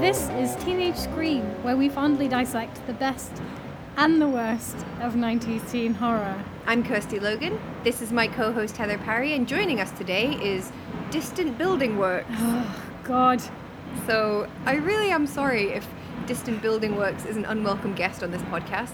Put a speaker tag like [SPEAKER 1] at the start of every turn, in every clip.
[SPEAKER 1] This is Teenage Scream, where we fondly dissect the best and the worst of 90s teen horror.
[SPEAKER 2] I'm Kirsty Logan. This is my co host Heather Parry, and joining us today is Distant Building Works.
[SPEAKER 1] Oh, God.
[SPEAKER 2] So I really am sorry if Distant Building Works is an unwelcome guest on this podcast,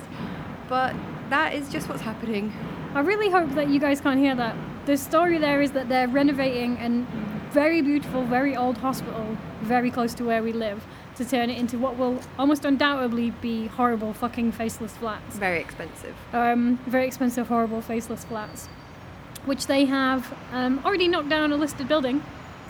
[SPEAKER 2] but that is just what's happening.
[SPEAKER 1] I really hope that you guys can't hear that. The story there is that they're renovating an very beautiful, very old hospital very close to where we live to turn it into what will almost undoubtedly be horrible fucking faceless flats.
[SPEAKER 2] Very expensive.
[SPEAKER 1] um, very expensive, horrible, faceless flats, which they have um, already knocked down a listed building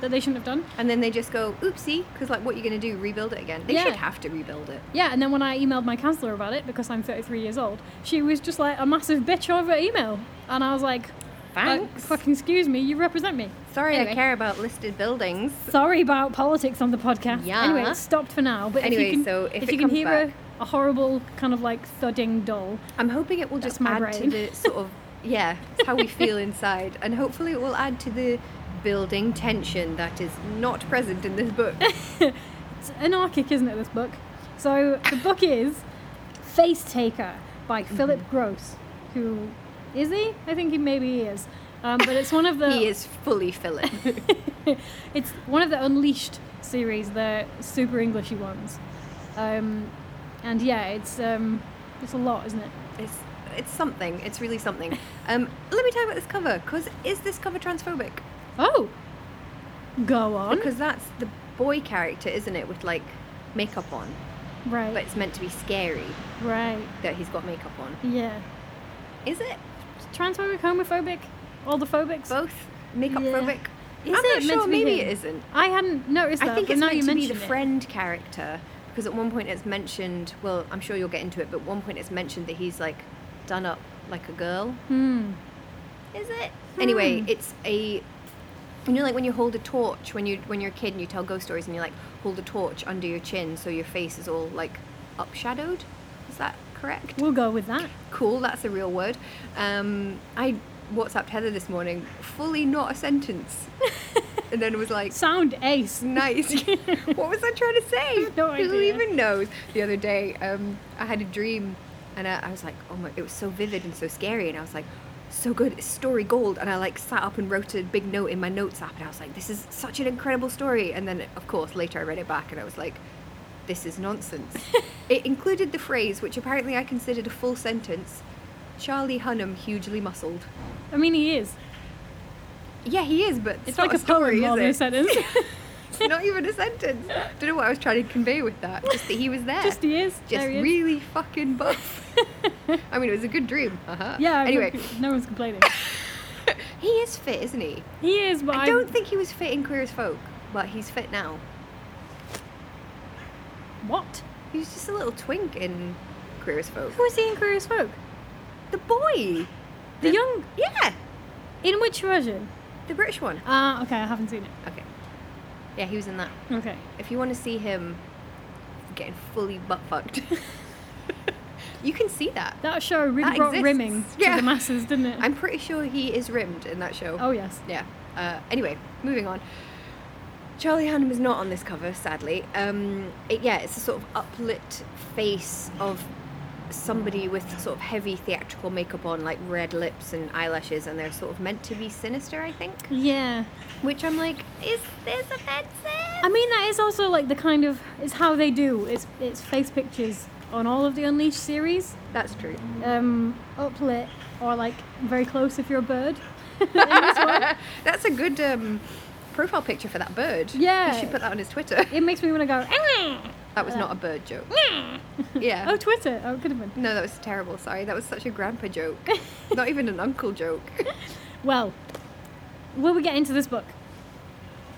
[SPEAKER 1] that they shouldn't have done.
[SPEAKER 2] And then they just go, oopsie, because like what are you going to do? Rebuild it again? They
[SPEAKER 1] Yeah.
[SPEAKER 2] should have to rebuild it.
[SPEAKER 1] Yeah, and then when I emailed my counselor about it because I'm 33 years old, she was just like a massive bitch over email, and I was like, uh,
[SPEAKER 2] Thanks.
[SPEAKER 1] fucking excuse me, you represent me.
[SPEAKER 2] Sorry, I
[SPEAKER 1] Anyway.
[SPEAKER 2] care about listed buildings.
[SPEAKER 1] Sorry about politics on the podcast.
[SPEAKER 2] Yeah.
[SPEAKER 1] Anyway, it's stopped for now. But if
[SPEAKER 2] Anyway,
[SPEAKER 1] you can,
[SPEAKER 2] so if it
[SPEAKER 1] you can
[SPEAKER 2] comes
[SPEAKER 1] hear
[SPEAKER 2] back-
[SPEAKER 1] a, a horrible kind of like thudding doll,
[SPEAKER 2] I'm hoping it will
[SPEAKER 1] That's
[SPEAKER 2] just
[SPEAKER 1] my
[SPEAKER 2] add to
[SPEAKER 1] brain.
[SPEAKER 2] the sort of yeah, it's how we feel inside, and hopefully it will add to the building tension that is not present in this book.
[SPEAKER 1] It's anarchic, isn't it, this book? So the book is Face Taker by
[SPEAKER 2] Mm-hmm.
[SPEAKER 1] Philip Gross, who is he? I think he maybe he is. Um, but it's one of the
[SPEAKER 2] he is fully Philip.
[SPEAKER 1] it's one of the Unleashed series, the super Englishy ones. Um, and yeah, it's um, it's a lot, isn't it?
[SPEAKER 2] it's it's something. It's really something. Um, let me tell you about this cover, because is this cover transphobic?
[SPEAKER 1] Oh, go on.
[SPEAKER 2] Because that's the boy character, isn't it, with like makeup on,
[SPEAKER 1] right,
[SPEAKER 2] but it's meant to be scary
[SPEAKER 1] right,
[SPEAKER 2] that he's got makeup on.
[SPEAKER 1] yeah.
[SPEAKER 2] Is it
[SPEAKER 1] Transphobic, homophobic, all the phobics.
[SPEAKER 2] both makeup
[SPEAKER 1] Yeah.
[SPEAKER 2] phobic?
[SPEAKER 1] Is
[SPEAKER 2] I'm
[SPEAKER 1] it
[SPEAKER 2] not
[SPEAKER 1] meant to
[SPEAKER 2] sure.
[SPEAKER 1] be
[SPEAKER 2] Maybe
[SPEAKER 1] him?
[SPEAKER 2] it isn't.
[SPEAKER 1] I hadn't noticed that.
[SPEAKER 2] I think
[SPEAKER 1] but
[SPEAKER 2] it's
[SPEAKER 1] now
[SPEAKER 2] meant
[SPEAKER 1] you
[SPEAKER 2] to be
[SPEAKER 1] mention
[SPEAKER 2] the
[SPEAKER 1] it.
[SPEAKER 2] friend character because at one point it's mentioned. Well, I'm sure you'll get into it, but at one point it's mentioned that he's like done up like a girl.
[SPEAKER 1] Hmm.
[SPEAKER 2] Is it? Anyway,
[SPEAKER 1] Hmm.
[SPEAKER 2] it's a. You know, like when you hold a torch when you when you're a kid and you tell ghost stories and you like hold a torch under your chin so your face is all like upshadowed. Is that correct?
[SPEAKER 1] We'll go with that.
[SPEAKER 2] Cool, that's a real word. Um, I WhatsApped Heather this morning, fully not a sentence, and then was like,
[SPEAKER 1] Sound ace.
[SPEAKER 2] nice. what was I trying to say?
[SPEAKER 1] No
[SPEAKER 2] Who
[SPEAKER 1] idea.
[SPEAKER 2] even knows? The other day, um, I had a dream, and I, I was like, oh my, it was so vivid and so scary, and I was like, so good, it's story gold. And I like sat up and wrote a big note in my notes app, and I was like, this is such an incredible story. And then, of course, later I read it back, and I was like, this is nonsense. it included the phrase, which apparently I considered a full sentence. Charlie Hunnam hugely muscled.
[SPEAKER 1] I mean, he is.
[SPEAKER 2] Yeah, he is, but
[SPEAKER 1] It's,
[SPEAKER 2] not
[SPEAKER 1] like a,
[SPEAKER 2] story,
[SPEAKER 1] poem
[SPEAKER 2] is
[SPEAKER 1] rather than a
[SPEAKER 2] it?
[SPEAKER 1] sentence.
[SPEAKER 2] It's not even a sentence. Don't know what I was trying to convey with that. Just that he was there.
[SPEAKER 1] Just he is.
[SPEAKER 2] Just
[SPEAKER 1] there he is.
[SPEAKER 2] really fucking buff. I mean, it was a good dream. Uh-huh.
[SPEAKER 1] yeah. I
[SPEAKER 2] Anyway,
[SPEAKER 1] mean, No one's complaining.
[SPEAKER 2] he is fit, isn't he?
[SPEAKER 1] He is, but
[SPEAKER 2] I don't think he was fit in Queer as Folk, but he's fit now.
[SPEAKER 1] What?
[SPEAKER 2] He was just a little twink in Queer as Folk.
[SPEAKER 1] Who is he in Queer as Folk?
[SPEAKER 2] The boy.
[SPEAKER 1] The young.
[SPEAKER 2] Yeah,
[SPEAKER 1] In which version?
[SPEAKER 2] the British one.
[SPEAKER 1] Ah, okay. I haven't seen it.
[SPEAKER 2] Okay. Yeah, he was in that.
[SPEAKER 1] Okay.
[SPEAKER 2] If you want to see him getting fully butt fucked, you can see that.
[SPEAKER 1] That show really
[SPEAKER 2] That
[SPEAKER 1] brought
[SPEAKER 2] exists.
[SPEAKER 1] rimming
[SPEAKER 2] Yeah.
[SPEAKER 1] to the masses, didn't it?
[SPEAKER 2] I'm pretty sure he is rimmed in that show.
[SPEAKER 1] oh yes.
[SPEAKER 2] Yeah. Uh, anyway, moving on. Charlie Hunnam is not on this cover, sadly. Um, it, yeah, it's a sort of uplit face of somebody with sort of heavy theatrical makeup on, like red lips and eyelashes, and they're sort of meant to be sinister, I think.
[SPEAKER 1] Yeah.
[SPEAKER 2] Which I'm like, is this offensive?
[SPEAKER 1] I mean, that is also like the kind of it's how they do. It's it's face pictures on all of the Unleashed series.
[SPEAKER 2] That's true.
[SPEAKER 1] Um, uplit or like very close if you're a bird. In this one.
[SPEAKER 2] That's a good um, profile picture for that bird.
[SPEAKER 1] Yeah.
[SPEAKER 2] He should put that on his Twitter.
[SPEAKER 1] It makes me want to go. "Ah."
[SPEAKER 2] That was
[SPEAKER 1] Uh,
[SPEAKER 2] not a bird joke. yeah.
[SPEAKER 1] Oh, Twitter. Oh, it could have been.
[SPEAKER 2] No, that was terrible. Sorry, that was such a grandpa joke. Not even an uncle joke.
[SPEAKER 1] Well, will we get into this book?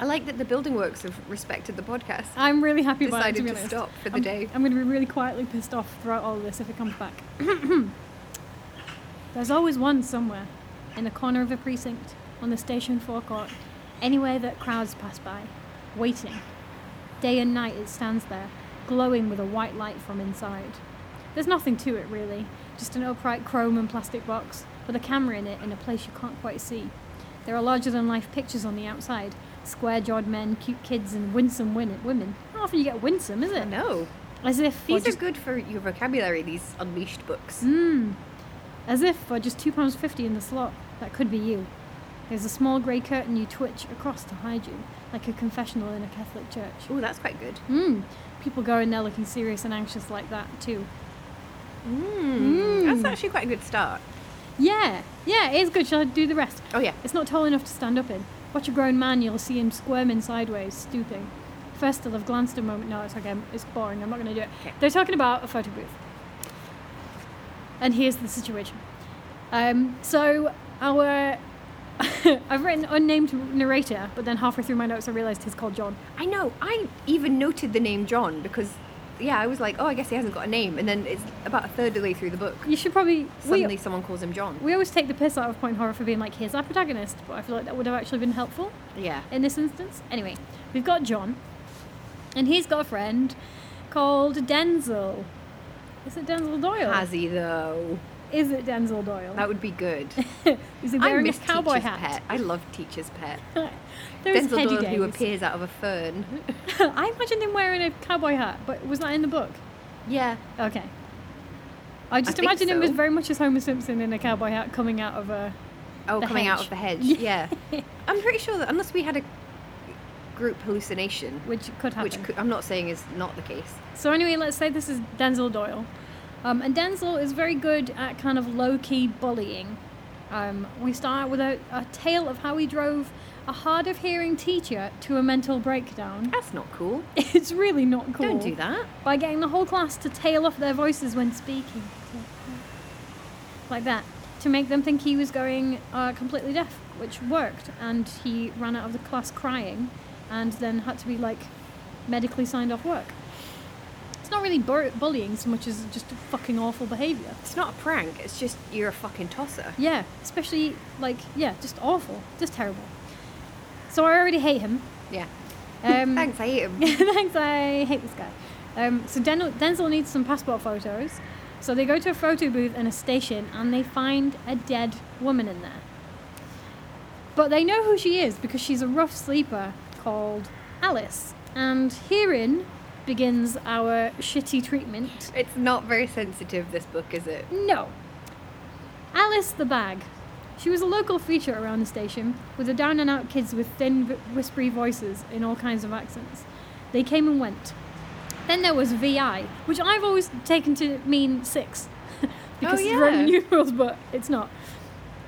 [SPEAKER 2] I like that the building works have respected the podcast.
[SPEAKER 1] I'm really happy about it.
[SPEAKER 2] Decided
[SPEAKER 1] be
[SPEAKER 2] to
[SPEAKER 1] honest.
[SPEAKER 2] stop for the
[SPEAKER 1] I'm,
[SPEAKER 2] day.
[SPEAKER 1] I'm going to be really quietly pissed off throughout all this if it comes back. There's always one somewhere in the corner of a precinct on the station forecourt, anywhere that crowds pass by, waiting. Day and night it stands there, glowing with a white light from inside. There's nothing to it really, just an upright chrome and plastic box with a camera in it in a place you can't quite see. There are larger than life pictures on the outside square jawed men, cute kids, and winsome win- women. Not often you get winsome, is it?
[SPEAKER 2] No.
[SPEAKER 1] As if.
[SPEAKER 2] These
[SPEAKER 1] for
[SPEAKER 2] are
[SPEAKER 1] just-
[SPEAKER 2] good for your vocabulary, these unleashed books.
[SPEAKER 1] Mm. As if for just £2.50 in the slot, that could be you. There's a small grey curtain you twitch across to hide you, like a confessional in a Catholic church.
[SPEAKER 2] Oh, that's quite good.
[SPEAKER 1] Mm. People go in there looking serious and anxious like that, too.
[SPEAKER 2] Mm.
[SPEAKER 1] Mm.
[SPEAKER 2] That's actually quite a good start.
[SPEAKER 1] Yeah, yeah, it is good. Shall I do the rest?
[SPEAKER 2] Oh, yeah.
[SPEAKER 1] It's not tall enough to stand up in. Watch a grown man, you'll see him squirming sideways, stooping. First, they'll have glanced a moment. No, it's okay. I'm- It's boring. I'm not going to do it.
[SPEAKER 2] Okay.
[SPEAKER 1] They're talking about a photo booth. And here's the situation. Um, so, our. I've written unnamed narrator, but then halfway through my notes I realised he's called John.
[SPEAKER 2] I know. I even noted the name John because, yeah, I was like, oh, I guess he hasn't got a name. And then it's about a third of the way through the book.
[SPEAKER 1] You should probably.
[SPEAKER 2] Suddenly
[SPEAKER 1] We,
[SPEAKER 2] someone calls him John.
[SPEAKER 1] we always take the piss out of Point Horror for being like, here's our protagonist, but I feel like that would have actually been helpful.
[SPEAKER 2] yeah.
[SPEAKER 1] in this instance. Anyway, we've got John, and he's got a friend called Denzel. Is it Denzel Doyle?
[SPEAKER 2] Has he, though?
[SPEAKER 1] Is it Denzel Doyle?
[SPEAKER 2] That would be good.
[SPEAKER 1] Is he
[SPEAKER 2] I
[SPEAKER 1] wearing
[SPEAKER 2] miss
[SPEAKER 1] a cowboy
[SPEAKER 2] Teacher's
[SPEAKER 1] hat?
[SPEAKER 2] Pet. I love Teacher's Pet.
[SPEAKER 1] there is
[SPEAKER 2] Denzel
[SPEAKER 1] heady
[SPEAKER 2] Doyle who
[SPEAKER 1] days.
[SPEAKER 2] appears out of a fern.
[SPEAKER 1] I imagined him wearing a cowboy hat, but was that in the book?
[SPEAKER 2] yeah.
[SPEAKER 1] Okay. I just
[SPEAKER 2] think
[SPEAKER 1] imagine him as
[SPEAKER 2] so.
[SPEAKER 1] very much as Homer Simpson in a cowboy hat coming out of a.
[SPEAKER 2] Oh,
[SPEAKER 1] The
[SPEAKER 2] coming out
[SPEAKER 1] hedge.
[SPEAKER 2] of the hedge.
[SPEAKER 1] Yeah.
[SPEAKER 2] Yeah. I'm pretty sure that unless we had a group hallucination,
[SPEAKER 1] Which could happen.
[SPEAKER 2] which could, I'm not saying is not the case.
[SPEAKER 1] So anyway, let's say this is Denzel Doyle, um, and Denzel is very good at kind of low-key bullying. Um, we start with a, a tale of how he drove a hard-of-hearing teacher to a mental breakdown.
[SPEAKER 2] That's not cool.
[SPEAKER 1] It's really not cool.
[SPEAKER 2] Don't do that.
[SPEAKER 1] By getting the whole class to tail off their voices when speaking, like that, to make them think he was going uh, completely deaf, which worked, and he ran out of the class crying, and then had to be like medically signed off work. It's not really bur- bullying so much as just fucking awful behaviour.
[SPEAKER 2] It's not a prank. It's just you're a fucking tosser.
[SPEAKER 1] Yeah, especially like yeah, just awful, just terrible. So I already hate him.
[SPEAKER 2] Yeah.
[SPEAKER 1] Um,
[SPEAKER 2] Thanks. I hate him.
[SPEAKER 1] Thanks, I hate this guy. Um, so Den- Denzel needs some passport photos. So they go to a photo booth in a station and they find a dead woman in there. But they know who she is because she's a rough sleeper called Alice. And herein begins our shitty treatment.
[SPEAKER 2] It's not very sensitive. This book, is it?
[SPEAKER 1] No. Alice the Bag. She was a local feature around the station, with the down and out kids with thin, v- whispery voices in all kinds of accents. They came and went. Then there was VI, which I've always taken to mean six, because
[SPEAKER 2] Oh,
[SPEAKER 1] it's Roman
[SPEAKER 2] yeah.
[SPEAKER 1] numerals, but it's not.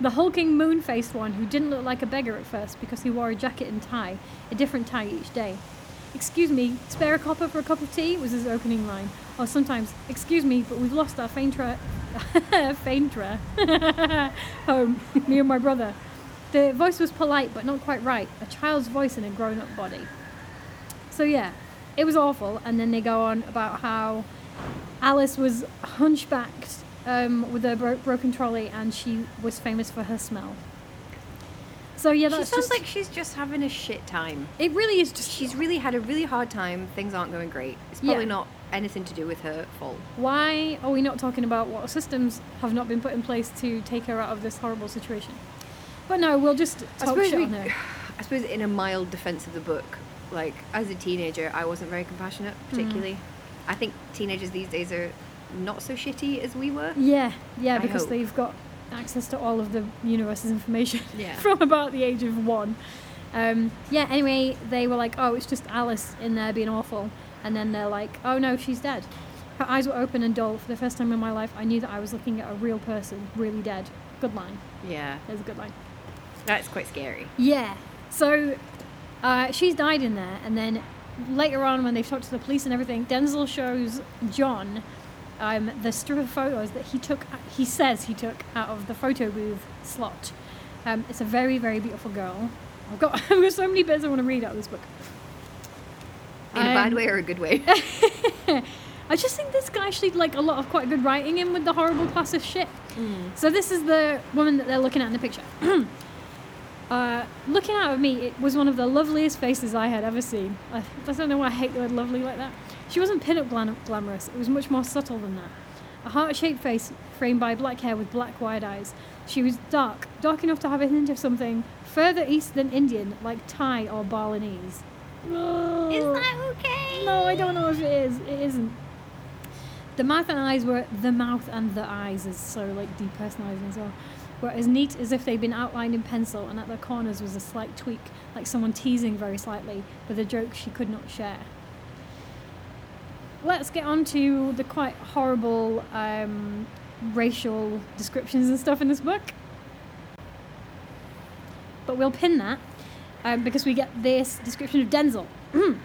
[SPEAKER 1] The hulking moon faced one who didn't look like a beggar at first because he wore a jacket and tie, a different tie each day. Excuse me, spare a copper for a cup of tea was his opening line. Or sometimes, excuse me, but we've lost our faintra. faintra. home, me and my brother. The voice was polite but not quite right, a child's voice in a grown up body. So yeah, it was awful. And then they go on about how Alice was hunchbacked um, with a bro- broken trolley, and she was famous for her smell. So yeah,
[SPEAKER 2] She
[SPEAKER 1] that's
[SPEAKER 2] sounds
[SPEAKER 1] just,
[SPEAKER 2] like she's just having a shit time.
[SPEAKER 1] it really is just
[SPEAKER 2] She's really had a really hard time. Things aren't going great. It's probably
[SPEAKER 1] Yeah.
[SPEAKER 2] not anything to do with her fault.
[SPEAKER 1] why are we not talking about what systems have not been put in place to take her out of this horrible situation? But no, we'll just talk shit on her.
[SPEAKER 2] I suppose in a mild defense of the book, like as a teenager, I wasn't very compassionate,
[SPEAKER 1] Hmm.
[SPEAKER 2] particularly. I think teenagers these days are not so shitty as we were.
[SPEAKER 1] Yeah, yeah,
[SPEAKER 2] I
[SPEAKER 1] because
[SPEAKER 2] hope.
[SPEAKER 1] they've got access to all of the universe's information
[SPEAKER 2] Yeah.
[SPEAKER 1] from about the age of one. Um, yeah, anyway, they were like, oh, it's just Alice in there being awful. And then they're like, oh no, she's dead. Her eyes were open and dull. For the first time in my life, I knew that I was looking at a real person, really dead. Good line.
[SPEAKER 2] Yeah,
[SPEAKER 1] There's a good line.
[SPEAKER 2] that's quite scary.
[SPEAKER 1] Yeah. So uh, she's died in there, and then later on, when they've talked to the police and everything, Denzel shows John um, the strip of photos that he took. He says he took out of the photo booth slot. Um, it's a very, very beautiful girl. I've got, I've got so many bits I want to read out of this book.
[SPEAKER 2] In a bad
[SPEAKER 1] Um,
[SPEAKER 2] way or a good way.
[SPEAKER 1] I just think this guy actually like a lot of quite good writing in with
[SPEAKER 2] Hmm.
[SPEAKER 1] the horrible classist shit. So this is the woman that they're looking at in the picture. Uh, looking out at me, it was one of the loveliest faces I had ever seen. I, I don't know why I hate the word lovely like that. She wasn't pin-up glam- glamorous, it was much more subtle than that. A heart-shaped face framed by black hair with black wide eyes. She was dark, dark enough to have a hint of something further east than Indian, like Thai or Balinese.
[SPEAKER 2] Is
[SPEAKER 1] Ugh.
[SPEAKER 2] that okay?
[SPEAKER 1] No, I don't know if it is. It isn't. The mouth and eyes were the mouth and the eyes is so like depersonalizing as well. Were as neat as if they'd been outlined in pencil, and at their corners was a slight tweak, like someone teasing very slightly with a joke she could not share. Let's get on to the quite horrible um, racial descriptions and stuff in this book. But we'll pin that um, because we get this description of Denzel. You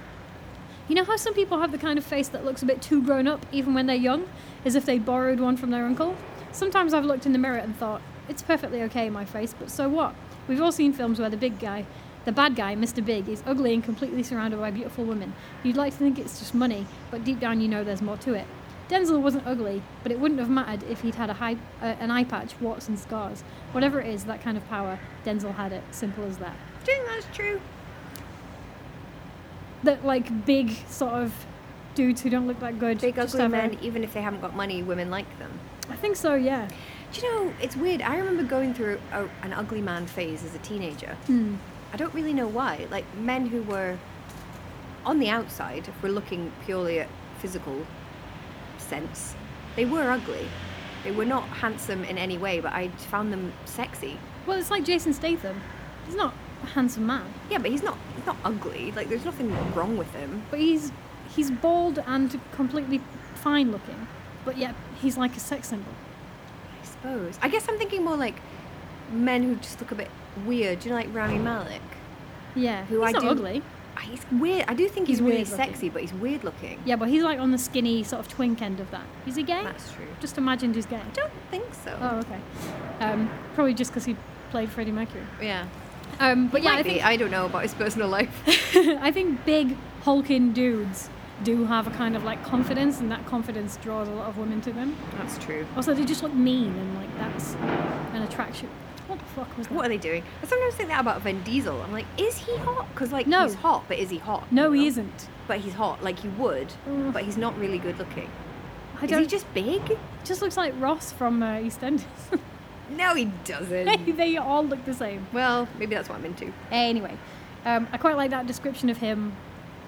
[SPEAKER 1] know how some people have the kind of face that looks a bit too grown up even when they're young, as if they borrowed one from their uncle? Sometimes I've looked in the mirror and thought, it's perfectly okay, my face, but so what? We've all seen films where the big guy, the bad guy, Mr. Big, is ugly and completely surrounded by beautiful women. You'd like to think it's just money, but deep down you know there's more to it. Denzel wasn't ugly, but it wouldn't have mattered if he'd had a high, uh, an eye patch, warts, and scars. Whatever it is, that kind of power, Denzel had it. Simple as that
[SPEAKER 2] Do you think that's true?
[SPEAKER 1] that like big sort of dudes who don't look that good.
[SPEAKER 2] Big
[SPEAKER 1] just
[SPEAKER 2] ugly
[SPEAKER 1] have a-
[SPEAKER 2] men, even if they haven't got money, women like them.
[SPEAKER 1] I think so. Yeah.
[SPEAKER 2] Do you know, it's weird. I remember going through a, an ugly man phase as a teenager.
[SPEAKER 1] Hmm.
[SPEAKER 2] I don't really know why. Like men who were on the outside, if we're looking purely at physical sense, they were ugly. They were not handsome in any way, but I found them sexy.
[SPEAKER 1] Well, it's like Jason Statham. He's not a handsome man,
[SPEAKER 2] Yeah, but he's not he's not ugly. Like there's nothing wrong with him.
[SPEAKER 1] but he's he's bald and completely fine looking. But yet he's like a sex symbol.
[SPEAKER 2] I suppose. I guess I'm thinking more like men who just look a bit weird. Do you know, like Rami Malek?
[SPEAKER 1] Yeah.
[SPEAKER 2] Who
[SPEAKER 1] he's
[SPEAKER 2] I
[SPEAKER 1] not
[SPEAKER 2] do-
[SPEAKER 1] ugly.
[SPEAKER 2] Ah, He's weird. I do think he's,
[SPEAKER 1] He's
[SPEAKER 2] really
[SPEAKER 1] weird looking.
[SPEAKER 2] sexy, but he's weird looking.
[SPEAKER 1] Yeah, but he's like on the skinny sort of twink end of that. Is he gay?
[SPEAKER 2] that's true.
[SPEAKER 1] Just imagined he's gay.
[SPEAKER 2] I don't think so.
[SPEAKER 1] Oh, okay. Um, probably just because he played Freddie Mercury.
[SPEAKER 2] Yeah,
[SPEAKER 1] Um, but yeah, I
[SPEAKER 2] Might be.
[SPEAKER 1] think
[SPEAKER 2] I don't know about his personal life.
[SPEAKER 1] I think big hulking dudes do have a kind of like confidence, and that confidence draws a lot of women to them.
[SPEAKER 2] That's true.
[SPEAKER 1] Also, they just look mean, and like that's an attraction. What the fuck was that?
[SPEAKER 2] What are they doing? I sometimes think that about Vin Diesel. I'm like, is he hot? Because like
[SPEAKER 1] No.
[SPEAKER 2] he's hot, but is he hot?
[SPEAKER 1] no,
[SPEAKER 2] you
[SPEAKER 1] he
[SPEAKER 2] know?
[SPEAKER 1] isn't.
[SPEAKER 2] But he's hot. Like he would,
[SPEAKER 1] Mm.
[SPEAKER 2] but he's not really good looking.
[SPEAKER 1] I
[SPEAKER 2] is
[SPEAKER 1] don't.
[SPEAKER 2] he just big?
[SPEAKER 1] just looks like Ross from uh, EastEnders.
[SPEAKER 2] No, he doesn't.
[SPEAKER 1] they all look the same.
[SPEAKER 2] well, maybe that's what I'm
[SPEAKER 1] Mm,
[SPEAKER 2] into.
[SPEAKER 1] Anyway, um, I quite like that description of him,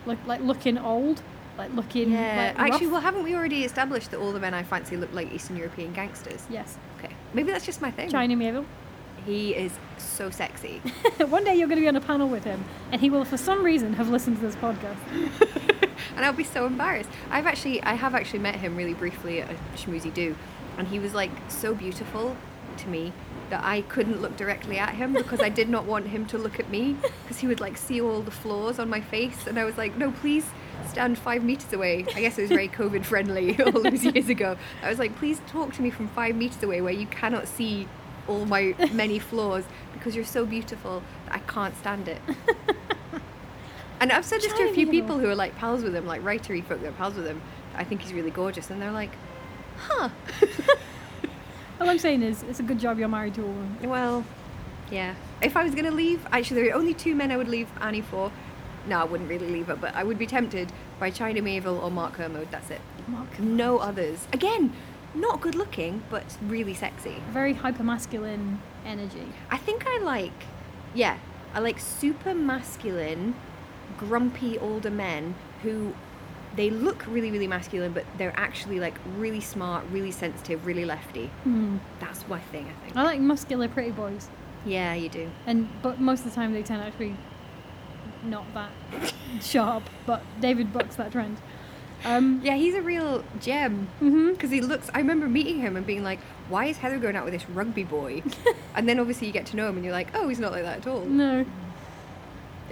[SPEAKER 1] look, like looking old, like looking.
[SPEAKER 2] Yeah.
[SPEAKER 1] like, rough.
[SPEAKER 2] Actually, well, haven't we already established that all the men I fancy look like Eastern European gangsters?
[SPEAKER 1] yes,
[SPEAKER 2] Okay. Maybe that's just my thing.
[SPEAKER 1] China Mayville.
[SPEAKER 2] He is so sexy.
[SPEAKER 1] One day you're going to be on a panel with him, and he will, for some reason, have listened to this podcast.
[SPEAKER 2] and I'll be so embarrassed. I've actually, I have actually met him really briefly at a schmoozy do, and he was like so beautiful to me that I couldn't look directly at him because I did not want him to look at me because he would like see all the flaws on my face, and I was like, no, please stand five meters away. I guess it was very COVID friendly all those years ago. I was like, please talk to me from five meters away where you cannot see all my many flaws because you're so beautiful that I can't stand it. And I've said this to a few
[SPEAKER 1] Giant
[SPEAKER 2] people
[SPEAKER 1] eagle.
[SPEAKER 2] who are like pals with him, like writery folk that are pals with him. I think he's really gorgeous, and they're like, "Huh?
[SPEAKER 1] All I'm saying is, it's a good job you're married to a woman.
[SPEAKER 2] well, yeah." If I was gonna leave, actually, there are only two men I would leave Annie for. No, I wouldn't really leave her, but I would be tempted by China Mayville or Mark Kermode. That's it.
[SPEAKER 1] Mark,
[SPEAKER 2] No others. Again, not good looking, but really sexy.
[SPEAKER 1] very hyper masculine energy.
[SPEAKER 2] I think I like, yeah, I like super masculine, grumpy older men who they look really, really masculine, but they're actually like really smart, really sensitive, really lefty.
[SPEAKER 1] Hmm.
[SPEAKER 2] That's my thing, I think.
[SPEAKER 1] I like muscular pretty boys,
[SPEAKER 2] Yeah, you do.
[SPEAKER 1] and but most of the time they turn out to be not that sharp. But David bucks that trend. Um,
[SPEAKER 2] Yeah, he's a real gem.
[SPEAKER 1] mhm.
[SPEAKER 2] Because he looks, I remember meeting him and being like, why is Heather going out with this rugby boy? and then obviously you get to know him and you're like, oh, he's not like that at all.
[SPEAKER 1] No,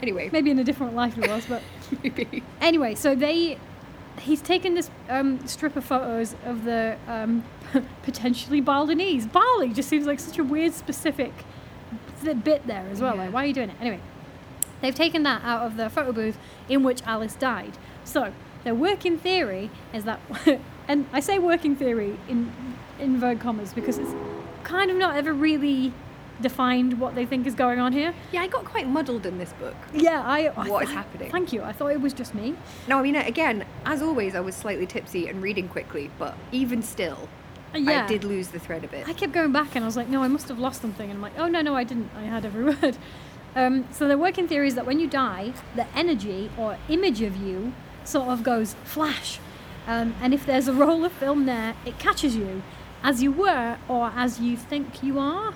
[SPEAKER 2] Anyway,
[SPEAKER 1] maybe in a different life it was, but
[SPEAKER 2] maybe.
[SPEAKER 1] anyway. So they, he's taken this um, strip of photos of the um, potentially Balinese. Bali just seems like such a weird specific th- bit there as well.
[SPEAKER 2] Yeah.
[SPEAKER 1] Like, why are you doing it anyway? They've taken that out of the photo booth in which Alice died. So their working theory is that, and I say working theory in in inverted commas because it's kind of not ever really defined what they think is going on here.
[SPEAKER 2] Yeah, I got quite muddled in this book.
[SPEAKER 1] Yeah, I. I
[SPEAKER 2] What is
[SPEAKER 1] th-
[SPEAKER 2] happening?
[SPEAKER 1] Thank you. I thought it was just me.
[SPEAKER 2] No, I mean, again, as always, I was slightly tipsy and reading quickly, but even still,
[SPEAKER 1] Uh, yeah.
[SPEAKER 2] I did lose the thread of it.
[SPEAKER 1] I kept going back and I was like, no, I must have lost something. And I'm like, oh, no, no, I didn't. I had every word. Um, so the working theory is that when you die, the energy or image of you sort of goes flash. Um, and if there's a roll of film there, it catches you as you were or as you think you are.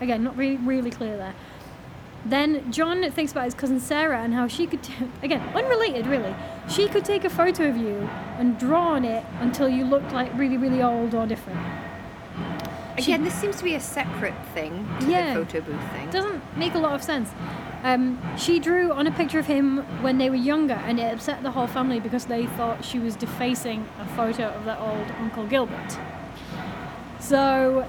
[SPEAKER 1] Again, not really, really clear there. Then John thinks about his cousin Sarah and how she could, t- again, unrelated really, she could take a photo of you and draw on it until you looked like really, really old or different.
[SPEAKER 2] again, this seems to be a separate thing to
[SPEAKER 1] Yeah.
[SPEAKER 2] the photo booth thing.
[SPEAKER 1] doesn't make a lot of sense. Um, she drew on a picture of him when they were younger, and it upset the whole family because they thought she was defacing a photo of their old Uncle Gilbert. So,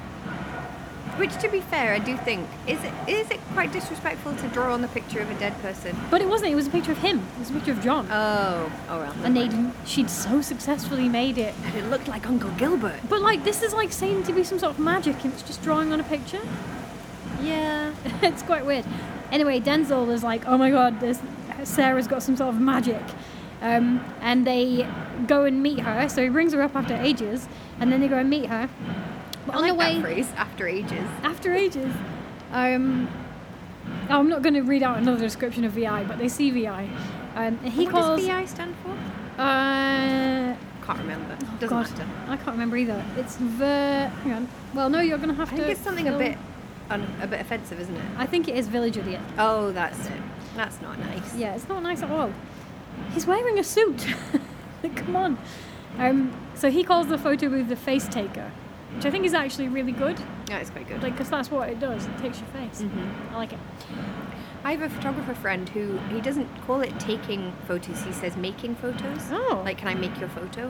[SPEAKER 2] Which, to be fair, I do think is it is it quite disrespectful to draw on the picture of a dead person?
[SPEAKER 1] but it wasn't. It was a picture of him. It was a picture of John,
[SPEAKER 2] Oh, oh well.
[SPEAKER 1] and they she'd so successfully made it.
[SPEAKER 2] And it looked like Uncle Gilbert.
[SPEAKER 1] But like, this is like seemed to be some sort of magic, and it's just drawing on a picture.
[SPEAKER 2] Yeah.
[SPEAKER 1] it's quite weird. Anyway, Denzel is like, oh my god, this Sarah's got some sort of magic. Um, and they go and meet her. So he brings her up after ages, and then they go and meet her. But
[SPEAKER 2] I
[SPEAKER 1] on
[SPEAKER 2] like
[SPEAKER 1] the way,
[SPEAKER 2] that phrase after ages.
[SPEAKER 1] after ages, um, oh, I'm not going to read out another description of VI, but they see VI. Um, and he
[SPEAKER 2] what
[SPEAKER 1] calls.
[SPEAKER 2] does VI stand for?
[SPEAKER 1] Uh,
[SPEAKER 2] Can't remember.
[SPEAKER 1] oh
[SPEAKER 2] Doesn't
[SPEAKER 1] God,
[SPEAKER 2] matter.
[SPEAKER 1] I can't remember either. It's the. Hang on. Well, no, you're going to have
[SPEAKER 2] I
[SPEAKER 1] to.
[SPEAKER 2] think it's something a
[SPEAKER 1] fill-
[SPEAKER 2] bit un- a bit offensive, isn't it?
[SPEAKER 1] I think it is Village Idiot.
[SPEAKER 2] Oh, that's it. That's not nice.
[SPEAKER 1] Yeah, it's not nice at all. He's wearing a suit. Come on. Um, so he calls the photo booth the face taker, which I think is actually really good.
[SPEAKER 2] Yeah, it's quite good.
[SPEAKER 1] Like, because that's what it does. It takes your face.
[SPEAKER 2] Mm-hmm.
[SPEAKER 1] I like it.
[SPEAKER 2] I have a photographer friend who he doesn't call it taking photos. He says making photos.
[SPEAKER 1] Oh.
[SPEAKER 2] Like, can I make your photo?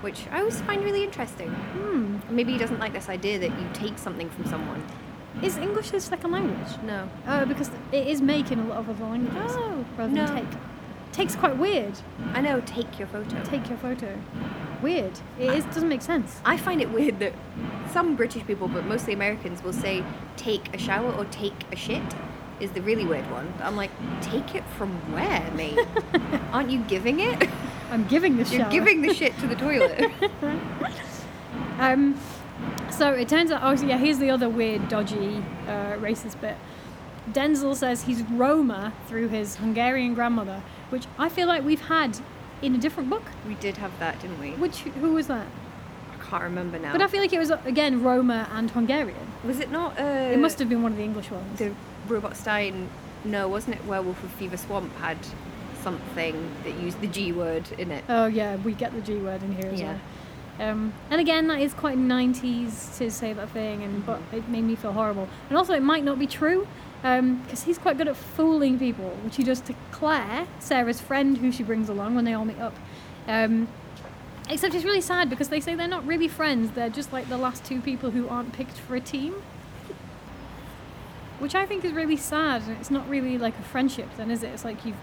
[SPEAKER 2] Which I always find really interesting.
[SPEAKER 1] Hmm.
[SPEAKER 2] Maybe he doesn't like this idea that you take something from someone.
[SPEAKER 1] Is English his second language?
[SPEAKER 2] No.
[SPEAKER 1] Uh, because it is making a lot of other languages.
[SPEAKER 2] Oh,
[SPEAKER 1] rather
[SPEAKER 2] no.
[SPEAKER 1] than take. Take's quite weird.
[SPEAKER 2] I know. Take your photo.
[SPEAKER 1] Take your photo. Weird. It is, doesn't make sense.
[SPEAKER 2] I find it weird that some British people, but mostly Americans, will say take a shower or take a shit is the really weird one. But I'm like, take it from where, mate? Aren't you giving it?
[SPEAKER 1] I'm giving this
[SPEAKER 2] You're
[SPEAKER 1] shower.
[SPEAKER 2] giving the shit to the toilet.
[SPEAKER 1] Um, so it turns out, oh yeah, here's the other weird, dodgy, uh, racist bit. Denzel says he's Roma through his Hungarian grandmother, which I feel like we've had in a different book.
[SPEAKER 2] we did have that, didn't we?
[SPEAKER 1] Which who was that?
[SPEAKER 2] I can't remember now.
[SPEAKER 1] But I feel like it was again Roma and Hungarian.
[SPEAKER 2] was it not? Uh,
[SPEAKER 1] It must have been one of the English ones.
[SPEAKER 2] the Robot Stein. No, wasn't it? Werewolf of Fever Swamp had something that used the G word in it.
[SPEAKER 1] Oh yeah, we get the G word in here as
[SPEAKER 2] Yeah.
[SPEAKER 1] well. Um, and again, that is quite 90s to say that thing, and but it made me feel horrible. And also, it might not be true because he's quite good at fooling people, which he does to Claire, Sarah's friend, who she brings along when they all meet up. Um, except it's really sad because they say they're not really friends; they're just like the last two people who aren't picked for a team, which I think is really sad. And it's not really like a friendship, then, is it? It's like you've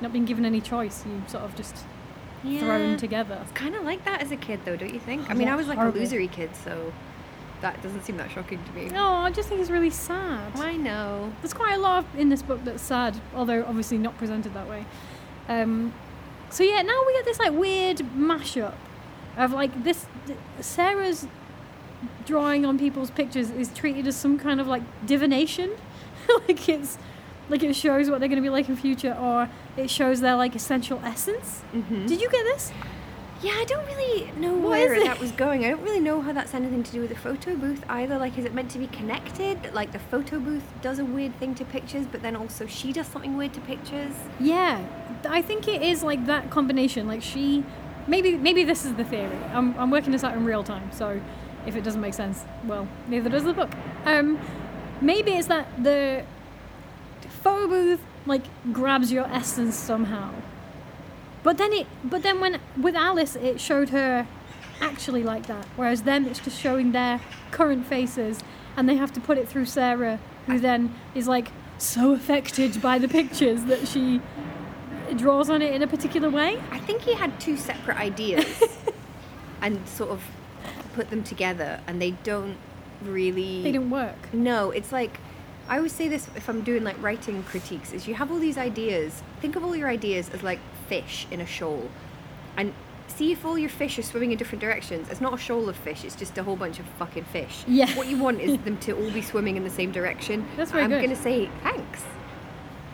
[SPEAKER 1] not been given any choice; you sort of just thrown together.
[SPEAKER 2] Kind of like that as a kid, though, don't you think?
[SPEAKER 1] Oh,
[SPEAKER 2] I mean,
[SPEAKER 1] yeah,
[SPEAKER 2] I was like
[SPEAKER 1] horrible.
[SPEAKER 2] a losery kid, so that doesn't seem that shocking to me. Oh,
[SPEAKER 1] No, Oh, I just think it's really sad.
[SPEAKER 2] I know.
[SPEAKER 1] There's quite a lot of, in this book that's sad, although obviously not presented that way. Um, so yeah, now we get this like weird mashup of like this th- Sarah's drawing on people's pictures is treated as some kind of like divination, like it's like it shows what they're going to be like in future, or it shows their like essential essence.
[SPEAKER 2] Mhm.
[SPEAKER 1] Did you get this?
[SPEAKER 2] Yeah, I don't really know
[SPEAKER 1] What
[SPEAKER 2] where
[SPEAKER 1] is it?
[SPEAKER 2] that was going. I don't really know how that's anything to do with the photo booth either. Like, is it meant to be connected? That, Like, the photo booth does a weird thing to pictures, but then also she does something weird to pictures.
[SPEAKER 1] Yeah, th- I think it is like that combination. Like she, maybe maybe this is the theory. I'm I'm working this out in real time, so if it doesn't make sense, well, neither does the book. Um, maybe it's that the photo booth like grabs your essence somehow, but then it but then when with Alice it showed her actually like that, whereas them it's just showing their current faces, and they have to put it through Sarah, who then is like so affected by the pictures that she draws on it in a particular way.
[SPEAKER 2] I think he had two separate ideas and sort of put them together, and they don't really.
[SPEAKER 1] They didn't work.
[SPEAKER 2] No, it's like I always say this if I'm doing like writing critiques is you have all these ideas. Think of all your ideas as like fish in a shoal. And see if all your fish are swimming in different directions. It's not a shoal of fish, it's just a whole bunch of fucking fish.
[SPEAKER 1] Yeah.
[SPEAKER 2] What you want is them to all be swimming in the same direction.
[SPEAKER 1] That's very
[SPEAKER 2] I'm
[SPEAKER 1] good.
[SPEAKER 2] gonna say thanks.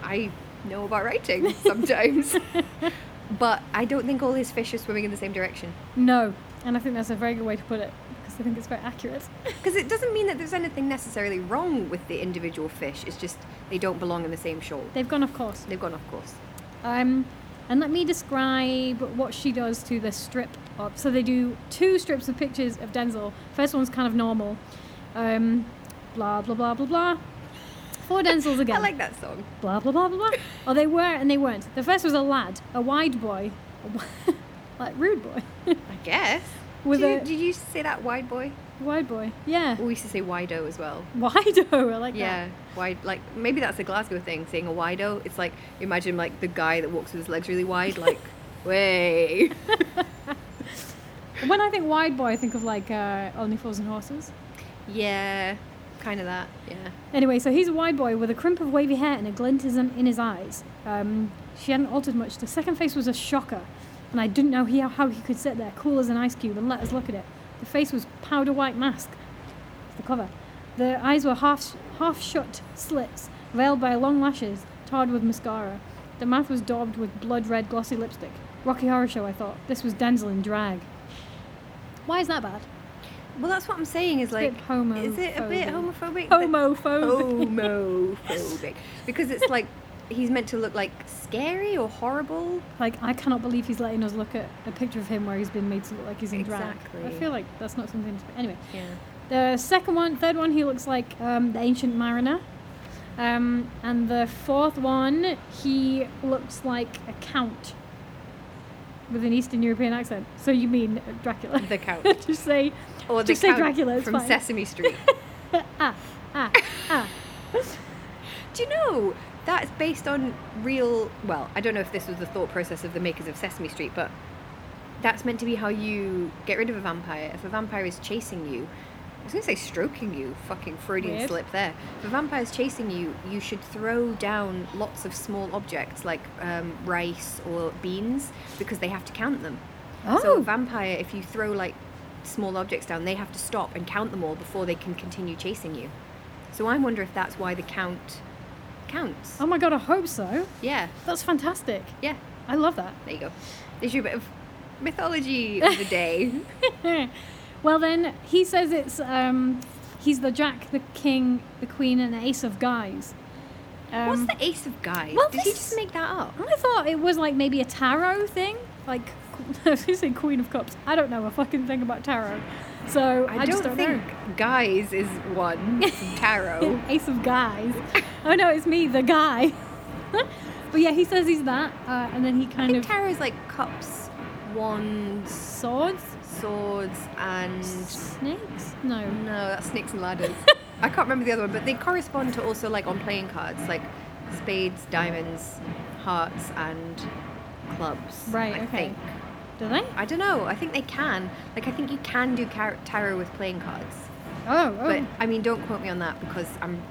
[SPEAKER 2] I know about writing sometimes. but I don't think all these fish are swimming in the same direction.
[SPEAKER 1] No, and I think that's a very good way to put it because I think it's very accurate.
[SPEAKER 2] Because it doesn't mean that there's anything necessarily wrong with the individual fish. It's just they don't belong in the same shoal.
[SPEAKER 1] They've gone off course.
[SPEAKER 2] They've gone off course.
[SPEAKER 1] Um, and let me describe what she does to the strip of. So they do two strips of pictures of Denzel. First one's kind of normal. Um, blah, blah, blah, blah, blah. Four Denzels again.
[SPEAKER 2] I like that song.
[SPEAKER 1] blah blah blah blah blah. Oh, they were and they weren't. The first was a lad, a wide boy, a wi- like rude boy,
[SPEAKER 2] I guess.
[SPEAKER 1] with
[SPEAKER 2] did, you,
[SPEAKER 1] a
[SPEAKER 2] did you say that wide boy?
[SPEAKER 1] wide boy. Yeah,
[SPEAKER 2] We used to say wido as well.
[SPEAKER 1] wido. I like
[SPEAKER 2] Yeah, wide. Like maybe that's a Glasgow thing. Saying a wido, it's like imagine like the guy that walks with his legs really wide, like way.
[SPEAKER 1] that. When I think wide boy, I think of like uh, Only Fools and Horses.
[SPEAKER 2] Yeah, kind of that. Yeah.
[SPEAKER 1] Anyway, so he's a wide boy with a crimp of wavy hair and a glint is in in his eyes. Um, she hadn't altered much. The second face was a shocker, and I didn't know he, how he could sit there, cool as an ice cube, and let us look at it. The face was powder white mask. It's the cover. The eyes were half half shut slits, veiled by long lashes, tarred with mascara. The mouth was daubed with blood red glossy lipstick. Rocky Horror Show, I thought. This was Denzel in drag. Why is that bad?
[SPEAKER 2] Well, that's what I'm saying. Is
[SPEAKER 1] bit
[SPEAKER 2] like, is it a bit homophobic? that-
[SPEAKER 1] Homophobic.
[SPEAKER 2] homophobic because it's like he's meant to look like scary or horrible
[SPEAKER 1] Like, I cannot believe he's letting us look at a picture of him where he's been made to look like he's in drag.
[SPEAKER 2] Exactly.
[SPEAKER 1] I feel like that's not something to. Anyway,
[SPEAKER 2] yeah
[SPEAKER 1] the second one, third one, he looks like um, the ancient mariner. Um, and the fourth one, he looks like a count with an Eastern European accent. So you mean Dracula?
[SPEAKER 2] the count
[SPEAKER 1] Just say,
[SPEAKER 2] or
[SPEAKER 1] Just say Dracula, it's
[SPEAKER 2] from
[SPEAKER 1] fine.
[SPEAKER 2] sesame street
[SPEAKER 1] ah, ah, ah.
[SPEAKER 2] do you know that's based on real well i don't know if this was the thought process of the makers of sesame street but that's meant to be how you get rid of a vampire if a vampire is chasing you I was going to say stroking you, fucking Freudian
[SPEAKER 1] Weird.
[SPEAKER 2] slip there. If a vampire's chasing you, you should throw down lots of small objects like um, rice or beans because they have to count them. So a vampire, if you throw like small objects down, they have to stop and count them all before they can continue chasing you. So I wonder if that's why the count counts.
[SPEAKER 1] Oh my god, I hope so.
[SPEAKER 2] Yeah,
[SPEAKER 1] That's fantastic.
[SPEAKER 2] yeah.
[SPEAKER 1] I love that.
[SPEAKER 2] There you go. There's your bit of mythology of the day.
[SPEAKER 1] well, then he says it's um, he's the Jack, the King, the Queen, and Ace of guys. Um,
[SPEAKER 2] What's the Ace of Guys?
[SPEAKER 1] well,
[SPEAKER 2] Did
[SPEAKER 1] this-
[SPEAKER 2] you
[SPEAKER 1] Oh,
[SPEAKER 2] just make that up?
[SPEAKER 1] I thought it was like maybe a tarot thing, like I was gonna say Queen of Cups. I don't know a fucking thing about tarot, so I,
[SPEAKER 2] I,
[SPEAKER 1] just
[SPEAKER 2] don't,
[SPEAKER 1] don't
[SPEAKER 2] think guys is one. It's tarot.
[SPEAKER 1] know. Ace of guys. oh no, it's me, the guy. but yeah, he says he's that, uh, and then he
[SPEAKER 2] I
[SPEAKER 1] kind
[SPEAKER 2] think
[SPEAKER 1] of
[SPEAKER 2] tarot is like cups, wands,
[SPEAKER 1] swords,
[SPEAKER 2] swords, and
[SPEAKER 1] snakes. No,
[SPEAKER 2] No, that's snakes and ladders. I can't remember the other one, but they correspond to also like on playing cards, like spades, diamonds, hearts, and clubs.
[SPEAKER 1] Right,
[SPEAKER 2] I
[SPEAKER 1] okay.
[SPEAKER 2] Think.
[SPEAKER 1] do they?
[SPEAKER 2] I don't know. I think they can. Like, I think you can do car- tarot with playing cards.
[SPEAKER 1] Oh, oh.
[SPEAKER 2] But I mean, don't quote me on that because I'm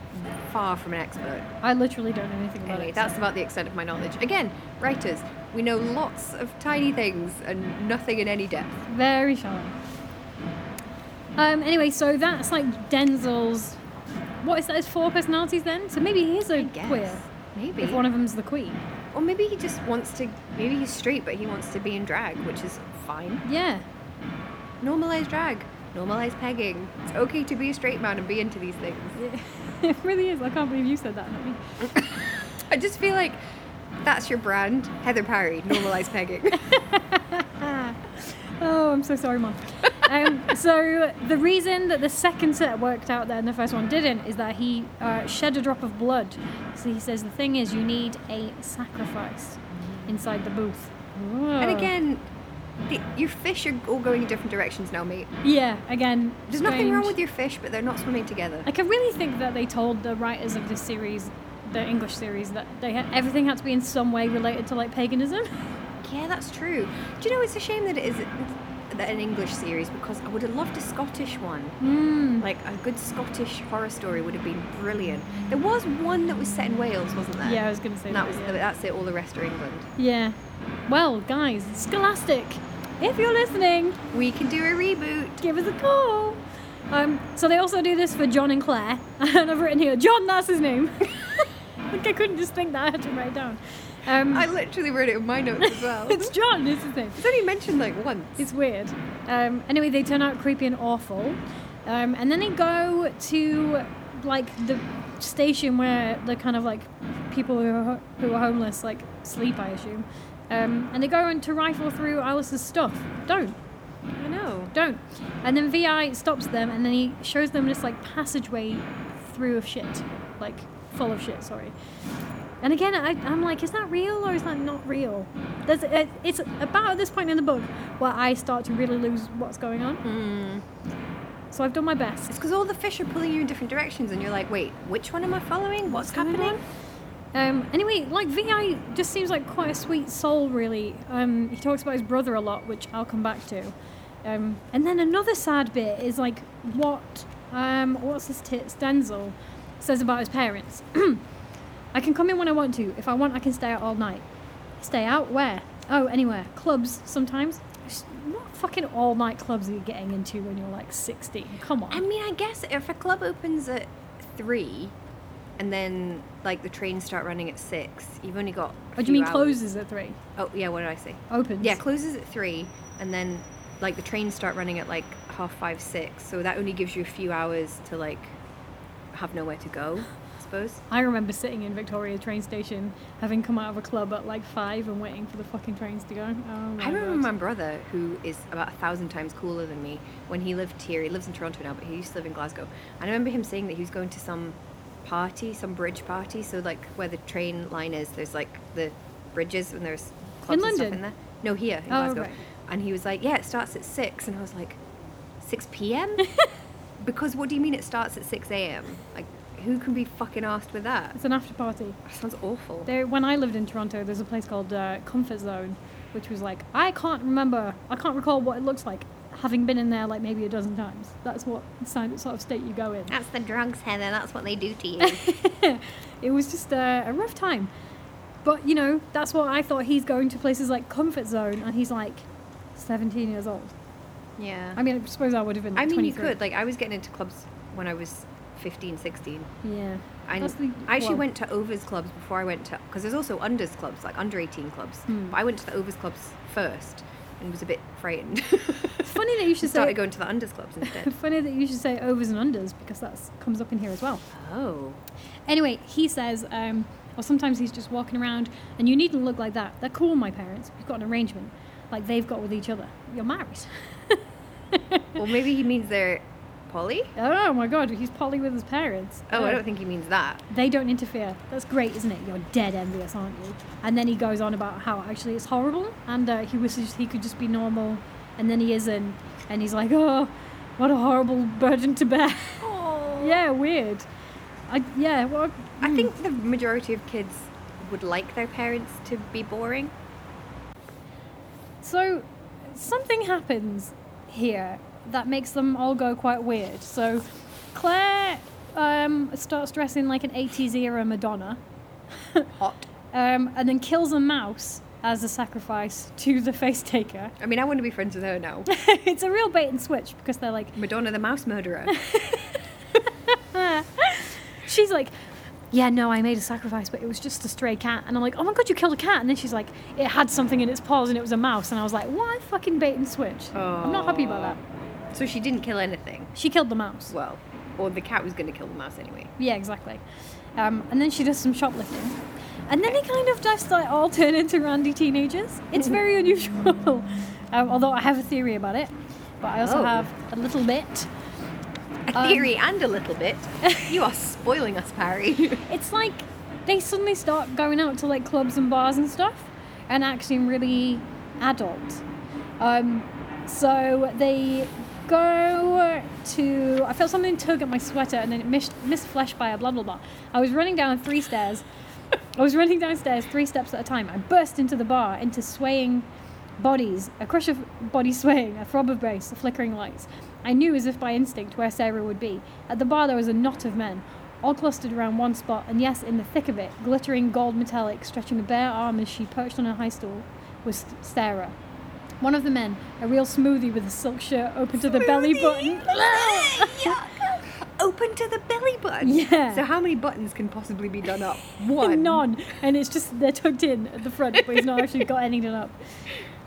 [SPEAKER 2] far from an expert.
[SPEAKER 1] I literally don't know anything about
[SPEAKER 2] Anyway,
[SPEAKER 1] it.
[SPEAKER 2] that's about the extent of my knowledge. Again, writers, we know lots of tiny things and nothing in any depth.
[SPEAKER 1] Very shallow. Um, anyway, so that's like Denzel's. What is that? His four personalities then? So maybe he is a
[SPEAKER 2] I guess.
[SPEAKER 1] queer.
[SPEAKER 2] Maybe.
[SPEAKER 1] If one of them's the queen.
[SPEAKER 2] Or maybe he just wants to. Maybe he's straight, but he wants to be in drag, which is fine.
[SPEAKER 1] Yeah.
[SPEAKER 2] Normalize drag. Normalize pegging. It's okay to be a straight man and be into these things.
[SPEAKER 1] it really is. I can't believe you said that. Not me.
[SPEAKER 2] I just feel like that's your brand, Heather Parry. Normalize pegging.
[SPEAKER 1] Ah. Oh, I'm so sorry, Mom. um, so the reason that the second set worked out there and the first one didn't is that he uh, shed a drop of blood. So he says the thing is you need a sacrifice inside the booth.
[SPEAKER 2] And
[SPEAKER 1] Whoa.
[SPEAKER 2] again, the, your fish are all going in different directions now, mate.
[SPEAKER 1] yeah, again,
[SPEAKER 2] There's nothing wrong
[SPEAKER 1] strange.
[SPEAKER 2] with your fish, but they're not swimming together.
[SPEAKER 1] Like I really think that they told the writers of this series, the English series, that they had everything had to be in some way related to like paganism.
[SPEAKER 2] Yeah, that's true. Do you know it's a shame that it is. that an English series because I would have loved a Scottish one.
[SPEAKER 1] Mm.
[SPEAKER 2] Like a good Scottish horror story would have been brilliant. There was one that was set in Wales, wasn't there?
[SPEAKER 1] Yeah, I was going to say
[SPEAKER 2] And that was
[SPEAKER 1] yeah.
[SPEAKER 2] that's it. All the rest are England.
[SPEAKER 1] Yeah. Well, guys, Scholastic, if you're listening,
[SPEAKER 2] We can do a reboot.
[SPEAKER 1] give us a call. Um, so they also do this for John and Claire, and I've written here John. That's his name. like I couldn't just think that. I had to write it down. Um,
[SPEAKER 2] I literally wrote it in my notes as well.
[SPEAKER 1] it's
[SPEAKER 2] it's
[SPEAKER 1] John. It's his name.
[SPEAKER 2] only mentioned like once.
[SPEAKER 1] It's weird. Um, anyway, they turn out creepy and awful, um, and then they go to like the station where the kind of like people who are, ho- who are homeless like sleep, I assume. Um, and they go on to rifle through Alice's stuff. Don't.
[SPEAKER 2] I know.
[SPEAKER 1] don't. And then Vi stops them, and then he shows them this like passageway through of shit, like full of shit. Sorry. And again, I, I'm like, is that real or is that not real? There's, it, it's about at this point in the book where I start to really lose what's going on. So I've done my best.
[SPEAKER 2] It's because all the fish are pulling you in different directions, and you're like, wait, which one am I following? What's,
[SPEAKER 1] going
[SPEAKER 2] happening?
[SPEAKER 1] Um, anyway, like Vi just seems like quite a sweet soul, really. Um, he talks about his brother a lot, which I'll come back to. Um, and then another sad bit is like what um, what's his tits Denzel says about his parents. I can come in when I want to. If I want, I can stay out all night. Stay out where? Oh, anywhere. Clubs sometimes. Just- What fucking all night clubs are you getting into when you're like 16? Come on.
[SPEAKER 2] I mean, I guess if a club opens at three, and then like the trains start running at six, you've only got. a
[SPEAKER 1] What Oh, do
[SPEAKER 2] few
[SPEAKER 1] you mean
[SPEAKER 2] hours.
[SPEAKER 1] closes at three?
[SPEAKER 2] Oh yeah, what did I say?
[SPEAKER 1] Opens.
[SPEAKER 2] Yeah, closes at three, and then like the trains start running at like half five, six. So that only gives you a few hours to like have nowhere to go, I suppose.
[SPEAKER 1] I remember sitting in Victoria train station, having come out of a club at like five and waiting for the fucking trains to go. Oh my
[SPEAKER 2] I remember
[SPEAKER 1] God.
[SPEAKER 2] my brother, who is about a thousand times cooler than me, when he lived here. He lives in Toronto now, but he used to live in Glasgow. And I remember him saying that he was going to some party, some bridge party. So like where the train line is, there's like the bridges and there's clubs and stuff
[SPEAKER 1] London?
[SPEAKER 2] in there. No, here in
[SPEAKER 1] Oh,
[SPEAKER 2] Glasgow.
[SPEAKER 1] right.
[SPEAKER 2] And he was like, "Yeah, it starts at 6. and I was like, "6 p.m." because what do you mean it starts at 6 a.m.? Like, who can be fucking asked with that?
[SPEAKER 1] It's an after party.
[SPEAKER 2] That sounds awful.
[SPEAKER 1] There, when I lived in Toronto, there's a place called uh, Comfort Zone, which was like I can't remember, I can't recall what it looks like, having been in there like maybe a dozen times. That's what sign- sort of state you go in.
[SPEAKER 2] That's the drugs, Heather. That's what they do to you. Ah.
[SPEAKER 1] it was just uh, a rough time. But you know, that's what I thought. He's going to places like Comfort Zone, and he's like 17 years old.
[SPEAKER 2] yeah.
[SPEAKER 1] I mean, I suppose I would have been. Like
[SPEAKER 2] Ah. I mean, you
[SPEAKER 1] 23.
[SPEAKER 2] could. Like, I was getting into clubs when I was 15, 16.
[SPEAKER 1] Yeah.
[SPEAKER 2] I,
[SPEAKER 1] That's the-
[SPEAKER 2] I actually
[SPEAKER 1] well-
[SPEAKER 2] went to overs clubs before I went to, because there's also unders clubs, like under 18 clubs.
[SPEAKER 1] Hmm.
[SPEAKER 2] But I went to the overs clubs first and was a bit frightened.
[SPEAKER 1] It's funny that you should
[SPEAKER 2] started
[SPEAKER 1] say
[SPEAKER 2] going to the unders clubs instead.
[SPEAKER 1] funny that you should say overs and unders because that comes up in here as well.
[SPEAKER 2] oh.
[SPEAKER 1] Anyway, he says, um, or sometimes he's just walking around, and you needn't look like that. They're cool, my parents. We've got an arrangement, like they've got with each other. You're married.
[SPEAKER 2] Well, maybe he means they're poly?
[SPEAKER 1] oh my God, he's poly with his parents.
[SPEAKER 2] Oh, I don't think he means that.
[SPEAKER 1] They don't interfere. That's great, isn't it? You're dead envious, aren't you? And then he goes on about how actually it's horrible, and uh, he wishes he could just be normal, and then he isn't, and he's like, oh, what a horrible burden to bear.
[SPEAKER 2] Oh.
[SPEAKER 1] Yeah, weird. I yeah. Well,
[SPEAKER 2] I
[SPEAKER 1] hmm.
[SPEAKER 2] think the majority of kids would like their parents to be boring.
[SPEAKER 1] so. Something happens here that makes them all go quite weird. So Claire um, starts dressing like an 80s era Madonna,
[SPEAKER 2] Hot.
[SPEAKER 1] um, and then kills a mouse as a sacrifice to the face taker.
[SPEAKER 2] I mean, I want to be friends with her now.
[SPEAKER 1] it's a real bait and switch because they're like,
[SPEAKER 2] Madonna the mouse murderer.
[SPEAKER 1] she's like. Yeah, no, I made a sacrifice, but it was just a stray cat. And I'm like, oh my god, you killed a cat. And then she's like, it had something in its paws and it was a mouse. And I was like, why fucking bait and switch? I'm not happy about that.
[SPEAKER 2] So she didn't kill anything.
[SPEAKER 1] She killed the mouse.
[SPEAKER 2] Well, or the cat was going to kill the mouse anyway.
[SPEAKER 1] Yeah, exactly. Um, and then she does some shoplifting. And then they kind of just like all turn into randy teenagers. It's very unusual. um, although I have a theory about it. But I also
[SPEAKER 2] Oh.
[SPEAKER 1] have a little bit.
[SPEAKER 2] A
[SPEAKER 1] Um,
[SPEAKER 2] theory and a little bit. you are spoiling us, Parry.
[SPEAKER 1] It's like they suddenly start going out to like clubs and bars and stuff and acting really adult. Um, so they go to. I felt something tug at my sweater and then it missed, missed flesh by a blah blah blah. I was running down three stairs. I was running downstairs three steps at a time. I burst into the bar, into swaying Bodies, a crush of body swaying, a throb of bass, the flickering lights. I knew as if by instinct where Sarah would be. At the bar there was a knot of men, all clustered around one spot, and yes, in the thick of it, glittering gold metallic, stretching a bare arm as she perched on her high stool, was Sarah. One of the men, a real smoothie with a silk shirt open to the belly button.
[SPEAKER 2] Yuck. Open to the belly button.
[SPEAKER 1] Yeah.
[SPEAKER 2] So how many buttons can possibly be done up? One.
[SPEAKER 1] None. And it's just they're tucked in at the front, but he's not actually got anything done up.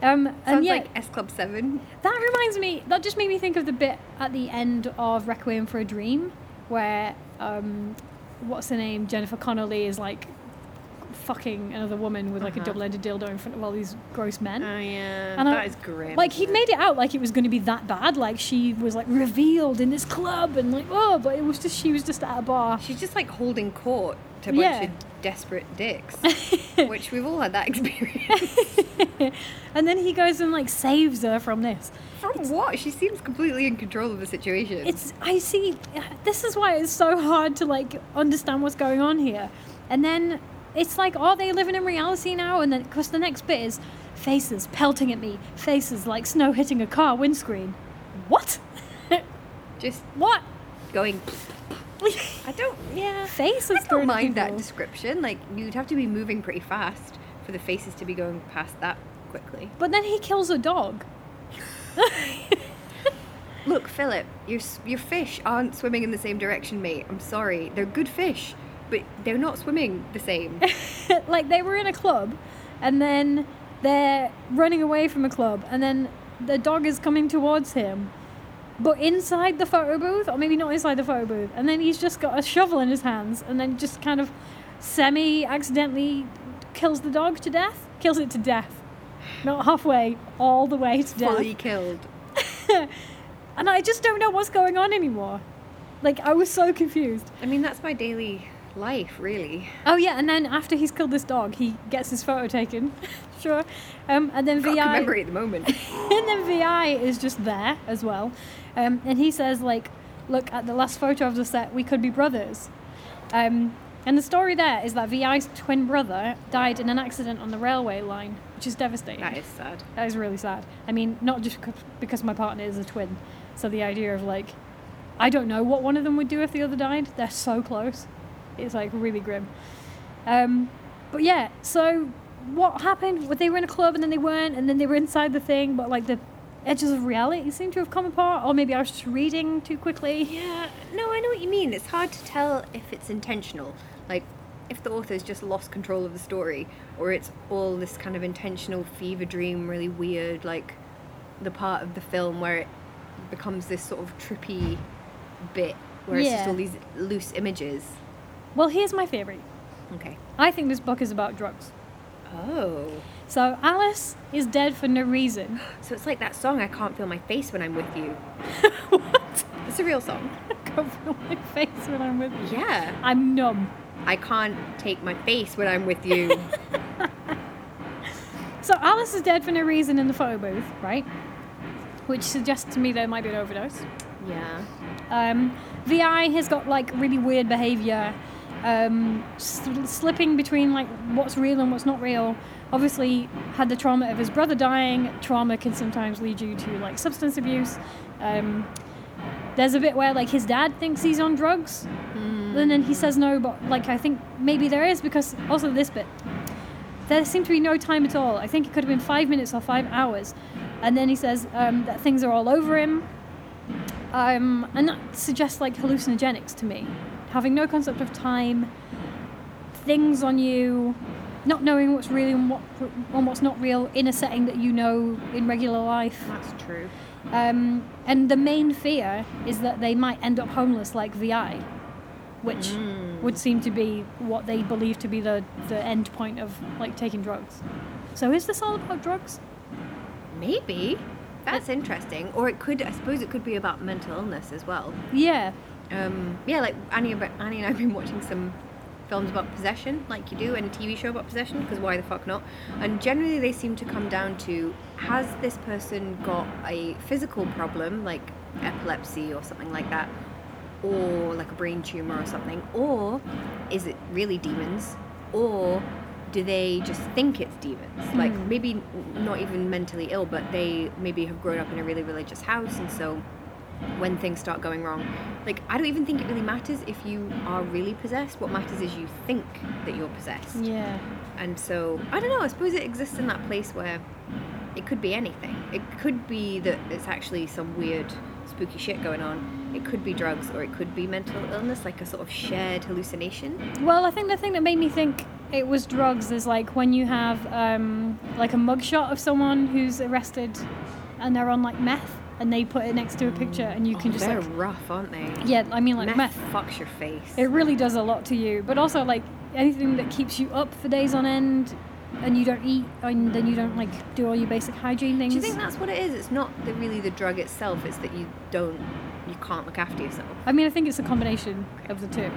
[SPEAKER 1] Um, and
[SPEAKER 2] Sounds
[SPEAKER 1] yeah,
[SPEAKER 2] like S Club Seven.
[SPEAKER 1] that reminds me. That just made me think of the bit at the end of Requiem for a Dream, where um, what's her name, Jennifer Connolly, is like fucking another woman with like a
[SPEAKER 2] Uh-huh. Oh,
[SPEAKER 1] double-ended dildo in front of all these gross men.
[SPEAKER 2] yeah.
[SPEAKER 1] And I- That is
[SPEAKER 2] grim.
[SPEAKER 1] Like he'd made it out like it was going to be that bad. Like she was like revealed in this club and like oh, but it was just she was just at a bar.
[SPEAKER 2] She's just like holding court to a bunch
[SPEAKER 1] Yeah.
[SPEAKER 2] of desperate dicks, which we've all had that experience.
[SPEAKER 1] and then he goes and like saves her from this.
[SPEAKER 2] From what? She seems completely in control of the situation.
[SPEAKER 1] It's I see. This is why it's so hard to like understand what's going on here. And then it's like, are they living in reality now? And then, because the next bit is faces pelting at me, faces like snow hitting a car windscreen. What?
[SPEAKER 2] just
[SPEAKER 1] what?
[SPEAKER 2] going. I don't. Yeah.
[SPEAKER 1] faces.
[SPEAKER 2] I don't
[SPEAKER 1] going at
[SPEAKER 2] mind that
[SPEAKER 1] people.
[SPEAKER 2] description. Like you'd have to be moving pretty fast for the faces to be going past that quickly.
[SPEAKER 1] But then he kills a dog.
[SPEAKER 2] Look, Philip, your s- your fish aren't swimming in the same direction, mate. I'm sorry. They're good fish, but they're not swimming the same.
[SPEAKER 1] like they were in a club and then they're running away from a club and then the dog is coming towards him but inside the photo booth or maybe not inside the photo booth and then he's just got a shovel in his hands and then just kind of semi accidentally kills the dog to death kills it to death not halfway all the way to death
[SPEAKER 2] Fully killed.
[SPEAKER 1] and i just don't know what's going on anymore like i was so confused
[SPEAKER 2] I mean, that's my daily life, really.
[SPEAKER 1] oh yeah and then after he's killed this dog he gets his photo taken sure um, and then
[SPEAKER 2] Got to
[SPEAKER 1] vi
[SPEAKER 2] commemorate the moment.
[SPEAKER 1] and then VI is just there as well. Um, and he says, like, look, at the last photo of the set, we could be brothers. Um, and the story there is that VI's twin brother died in an accident on the railway line, which is devastating.
[SPEAKER 2] that is sad.
[SPEAKER 1] That is really sad. I mean, not just becau- because my partner is a twin. So the idea of, like, I don't know what one of them would do if the other died. They're so close. It's, like, really grim. Um, but yeah, so what happened? Well, they were in a club and then they weren't, and then they were inside the thing, but like the edges of reality seem to have come apart, or maybe I was just reading too quickly.
[SPEAKER 2] Yeah, no, I know what you mean. It's hard to tell if it's intentional. Like, if the author's just lost control of the story, or it's all this kind of intentional fever dream, really weird, like the part of the film where it becomes this sort of trippy bit where it's just
[SPEAKER 1] Yeah.
[SPEAKER 2] all these loose images.
[SPEAKER 1] Well, here's my theory
[SPEAKER 2] Okay.
[SPEAKER 1] I think this book is about drugs.
[SPEAKER 2] Oh.
[SPEAKER 1] So Alice is dead for no reason.
[SPEAKER 2] So it's like that song, I Can't Feel My Face When I'm With You.
[SPEAKER 1] what?
[SPEAKER 2] It's a real song.
[SPEAKER 1] I can't feel my face when I'm with you.
[SPEAKER 2] Yeah.
[SPEAKER 1] I'm numb.
[SPEAKER 2] I can't take my face when I'm with you.
[SPEAKER 1] So Alice is dead for no reason in the photo booth, right? Which suggests to me there might be an overdose.
[SPEAKER 2] yeah.
[SPEAKER 1] Um, Vi has got like really weird behaviour, um, sl- slipping between like what's real and what's not real. Obviously, had the trauma of his brother dying. Trauma can sometimes lead you to like substance abuse. Um, there's a bit where like his dad thinks he's on drugs, and then he says no, but like I think maybe there is because also this bit. There seemed to be no time at all. I think it could have been five minutes or five hours. And then he says um, that things are all over him um, and that suggests like hallucinogenics to me. Having no concept of time, things on you, not knowing what's real and, what, and what's not real in a setting that you know in regular life.
[SPEAKER 2] That's true.
[SPEAKER 1] Um, and the main fear is that they might end up homeless like VI, which
[SPEAKER 2] Mm.
[SPEAKER 1] would seem to be what they believe to be the, the end point of like taking drugs. So is this all about drugs?
[SPEAKER 2] Maybe. That's interesting. Or it could, I suppose, it could be about mental illness as well.
[SPEAKER 1] Yeah.
[SPEAKER 2] Um, yeah, like Annie, and- Annie and I've been watching some films about possession, like you do, and a TV show about possession, because why the fuck not? And generally, they seem to come down to has this person got a physical problem, like epilepsy or something like that, or like a brain tumor or something, or is it really demons, or do they just think it's demons? Like maybe n- not even mentally ill, but they maybe have grown up in a really religious house, and so when things start going wrong, like I don't even think it really matters if you are really possessed. What matters is you think that you're possessed,
[SPEAKER 1] Yeah.
[SPEAKER 2] and so I don't know. I suppose it exists in that place where it could be anything. It could be that it's actually some weird spooky shit going on. It could be drugs, or it could be mental illness, like a sort of shared hallucination.
[SPEAKER 1] Well, I think the thing that made me think it was drugs is like when you have um, like a mugshot of someone who's arrested and they're on like meth and they put it next to a picture and you can
[SPEAKER 2] Oh,
[SPEAKER 1] just
[SPEAKER 2] they're
[SPEAKER 1] like
[SPEAKER 2] rough, aren't they?
[SPEAKER 1] yeah, I mean like
[SPEAKER 2] meth,
[SPEAKER 1] meth.
[SPEAKER 2] fucks your face.
[SPEAKER 1] It really does a lot to you, but also like anything that keeps you up for days on end and you don't eat and then you don't like do all your basic hygiene things.
[SPEAKER 2] Do you think that's what it is? It's not the, really the drug itself. It's that you don't, you can't look after yourself.
[SPEAKER 1] I mean, I think it's a combination of the two.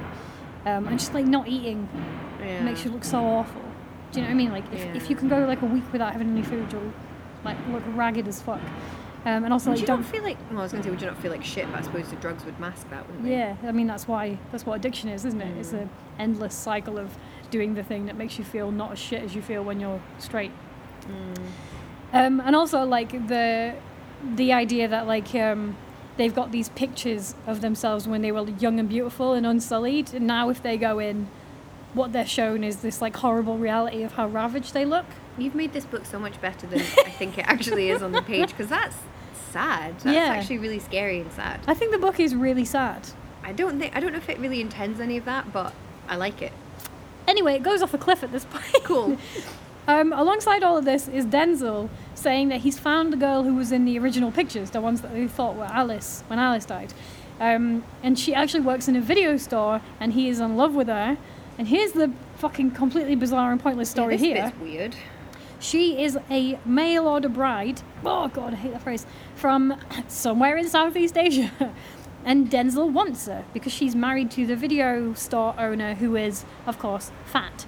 [SPEAKER 1] Um, and just like not eating
[SPEAKER 2] Yeah.
[SPEAKER 1] makes you look so awful. Do you know what I mean? Like if, if you
[SPEAKER 2] Yeah.
[SPEAKER 1] can go like a week without having any food, you'll like look ragged as fuck. Um, and also
[SPEAKER 2] Would
[SPEAKER 1] like
[SPEAKER 2] you
[SPEAKER 1] don't.
[SPEAKER 2] not feel like? Well, I was going to say, would you not feel like shit? But I suppose the drugs would mask that, wouldn't they?
[SPEAKER 1] yeah, I mean that's why that's what addiction is, isn't it? It's
[SPEAKER 2] Mm.
[SPEAKER 1] an endless cycle of doing the thing that makes you feel not as shit as you feel when you're straight.
[SPEAKER 2] Mm.
[SPEAKER 1] Um, and also like the the idea that like um, they've got these pictures of themselves when they were young and beautiful and unsullied, and now if they go in, what they're shown is this like horrible reality of how ravaged they look.
[SPEAKER 2] You've made this book so much better than I think it actually is on the page because that's sad. That's
[SPEAKER 1] Yeah.
[SPEAKER 2] actually really scary and sad.
[SPEAKER 1] I think the book is really sad.
[SPEAKER 2] I don't think I don't know if it really intends any of that, but I like it.
[SPEAKER 1] Anyway, it goes off a cliff at this point.
[SPEAKER 2] Cool.
[SPEAKER 1] Um, alongside all of this is Denzel saying that he's found the girl who was in the original pictures, the ones that they thought were Alice when Alice died. Um, and she actually works in a video store and he is in love with her. And here's the fucking completely bizarre and pointless story
[SPEAKER 2] yeah, this
[SPEAKER 1] here.
[SPEAKER 2] Bit's weird.
[SPEAKER 1] She is a mail order bride. Oh god, I hate that phrase. From somewhere in Southeast Asia. And Denzel wants her because she's married to the video store owner who is, of course, fat.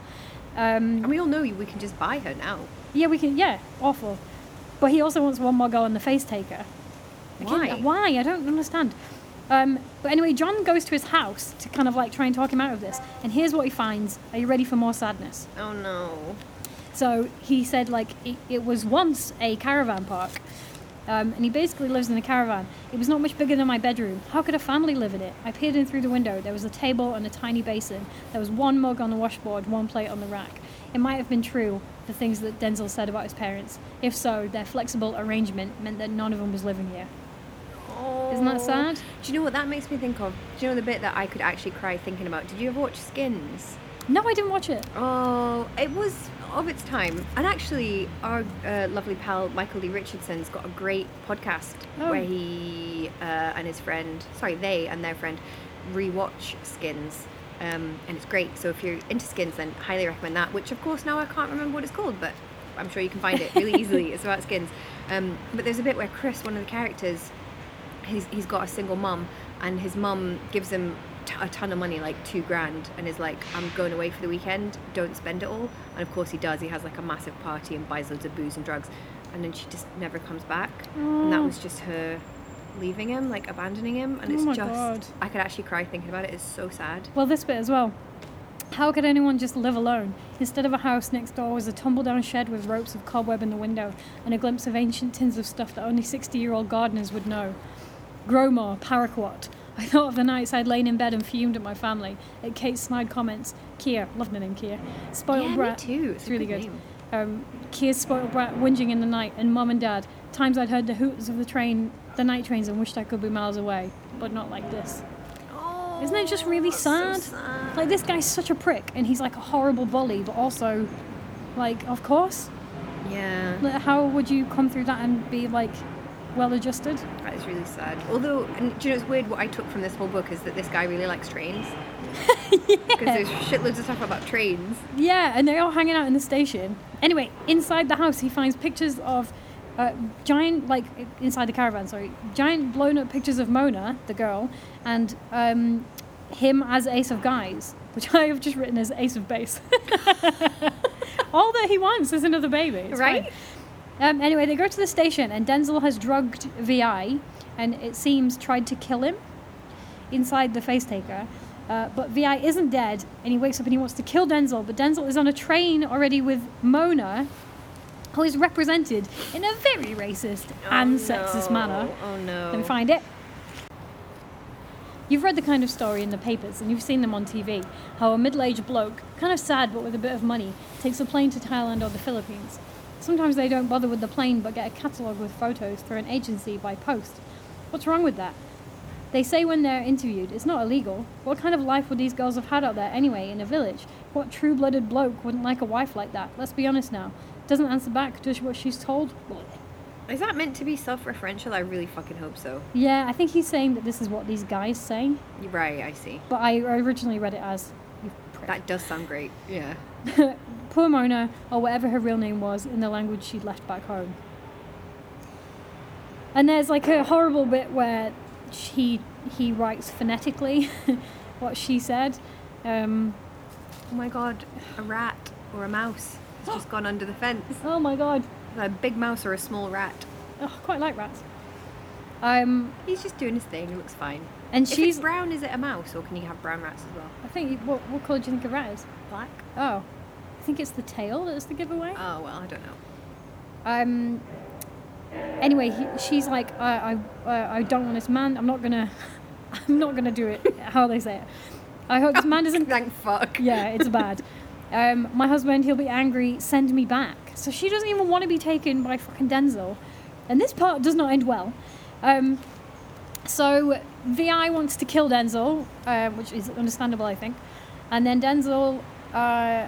[SPEAKER 1] Um,
[SPEAKER 2] And we all know we can just buy her now.
[SPEAKER 1] yeah, we can. Yeah, awful. But he also wants one more go on the face taker.
[SPEAKER 2] Why?
[SPEAKER 1] Again, why? I don't understand. Um, but anyway, John goes to his house to kind of like try and talk him out of this. And here's what he finds. Are you ready for more sadness?
[SPEAKER 2] Oh no.
[SPEAKER 1] So he said, like, it, it was once a caravan park. Um, and he basically lives in a caravan. It was not much bigger than my bedroom. How could a family live in it? I peered in through the window. There was a table and a tiny basin. There was one mug on the washboard, one plate on the rack. It might have been true, the things that Denzel said about his parents. If so, their flexible arrangement meant that none of them was living here. Isn't that
[SPEAKER 2] Oh.
[SPEAKER 1] sad?
[SPEAKER 2] Do you know what that makes me think of? Do you know the bit that I could actually cry thinking about? Did you ever watch Skins?
[SPEAKER 1] No, I didn't watch it.
[SPEAKER 2] Oh, it was of its time. And actually, our uh, lovely pal Michael Lee Richardson's got a great podcast
[SPEAKER 1] Oh.
[SPEAKER 2] where he uh, and his friend, sorry, they and their friend, rewatch Skins. Um, and it's great. So if you're into Skins, then highly recommend that. Which, of course, now I can't remember what it's called, but I'm sure you can find it really easily. It's about Skins. Um, but there's a bit where Chris, one of the characters, he's, he's got a single mum and his mum gives him t- a ton of money like two grand and is like i'm going away for the weekend don't spend it all and of course he does he has like a massive party and buys loads of booze and drugs and then she just never comes back and that
[SPEAKER 1] Oh.
[SPEAKER 2] was just her leaving him like abandoning him and
[SPEAKER 1] Oh
[SPEAKER 2] it's
[SPEAKER 1] my
[SPEAKER 2] just
[SPEAKER 1] God.
[SPEAKER 2] i could actually cry thinking about it it's so sad
[SPEAKER 1] Well, this bit as well. How could anyone just live alone? Instead of a house next door was a tumble down shed with ropes of cobweb in the window and a glimpse of ancient tins of stuff that only 60 year old gardeners would know. Gromor, paraquat. I thought of the nights I'd lain in bed and fumed at my family, at Kate's snide comments. Kia, love the name Kia. Spoiled
[SPEAKER 2] yeah
[SPEAKER 1] brat.
[SPEAKER 2] me too it's,
[SPEAKER 1] It's
[SPEAKER 2] a
[SPEAKER 1] really
[SPEAKER 2] good,
[SPEAKER 1] good.
[SPEAKER 2] name.
[SPEAKER 1] Um, Kia's spoiled brat whinging in the night, and mum and dad. Times I'd heard the hoots of the train, the night trains, and wished I could be miles away, but not like this.
[SPEAKER 2] oh,
[SPEAKER 1] Isn't it just really
[SPEAKER 2] that's so
[SPEAKER 1] sad? Like this guy's such a prick, and he's like a horrible bully, but also, like, of course,
[SPEAKER 2] yeah
[SPEAKER 1] like, how would you come through that and be like well adjusted?
[SPEAKER 2] That is really sad. Although, and do you know, it's weird. What I took from this whole book is that this guy really likes trains. Because there's shitloads of stuff about trains.
[SPEAKER 1] Yeah, and they're all hanging out in the station. Anyway, inside the house, he finds pictures of uh, giant, like inside the caravan, sorry, giant blown up pictures of Mona, the girl, and um, him as Ace of Guys, which I have just written as Ace of Base. all that he wants is another baby. It's fine.
[SPEAKER 2] Right?
[SPEAKER 1] Um, anyway, they go to the station, and Denzel has drugged Vi, and it seems tried to kill him inside the face taker. Uh, but Vi isn't dead, and he wakes up and he wants to kill Denzel. But Denzel is on a train already with Mona, who is represented in a very racist and sexist manner.
[SPEAKER 2] Oh no.
[SPEAKER 1] Then find it. You've read the kind of story in the papers and you've seen them on TV how a middle aged bloke, kind of sad but with a bit of money, takes a plane to Thailand or the Philippines. Sometimes they don't bother with the plane but get a catalogue with photos through an agency by post. What's wrong with that? They say when they're interviewed, it's not illegal. What kind of life would these girls have had out there anyway, in a village? What true blooded bloke wouldn't like a wife like that? Let's be honest now. Doesn't answer back, does what she's told?
[SPEAKER 2] Is that meant to be self-referential? I really fucking hope so.
[SPEAKER 1] Yeah, I think he's saying that this is what these guys say.
[SPEAKER 2] You're Right, I see.
[SPEAKER 1] But I originally read it as you prick.
[SPEAKER 2] That does sound great. Yeah.
[SPEAKER 1] Poor Mona, or whatever her real name was, in the language she'd left back home. And there's like a horrible bit where he he writes phonetically what she said. Um,
[SPEAKER 2] Oh my god, a rat or a mouse. It's just gone under the fence.
[SPEAKER 1] oh my god,
[SPEAKER 2] A big mouse or a small rat.
[SPEAKER 1] oh, I quite like rats. Um,
[SPEAKER 2] He's just doing his thing. It looks fine.
[SPEAKER 1] and
[SPEAKER 2] If
[SPEAKER 1] she's.
[SPEAKER 2] it's brown, is it a mouse or can you have brown rats as well?
[SPEAKER 1] I think what what colour do you think a rat is?
[SPEAKER 2] Black.
[SPEAKER 1] Oh, I think it's the tail that's the giveaway.
[SPEAKER 2] Oh well, I don't know.
[SPEAKER 1] um anyway he, she's like I, I uh, i don't want this man i'm not gonna i'm not gonna do it how they say it i hope this man doesn't
[SPEAKER 2] Thank fuck.
[SPEAKER 1] yeah it's bad um my husband he'll be angry send me back so she doesn't even want to be taken by fucking denzel and this part does not end well um so vi wants to kill denzel uh, which is understandable i think and then denzel uh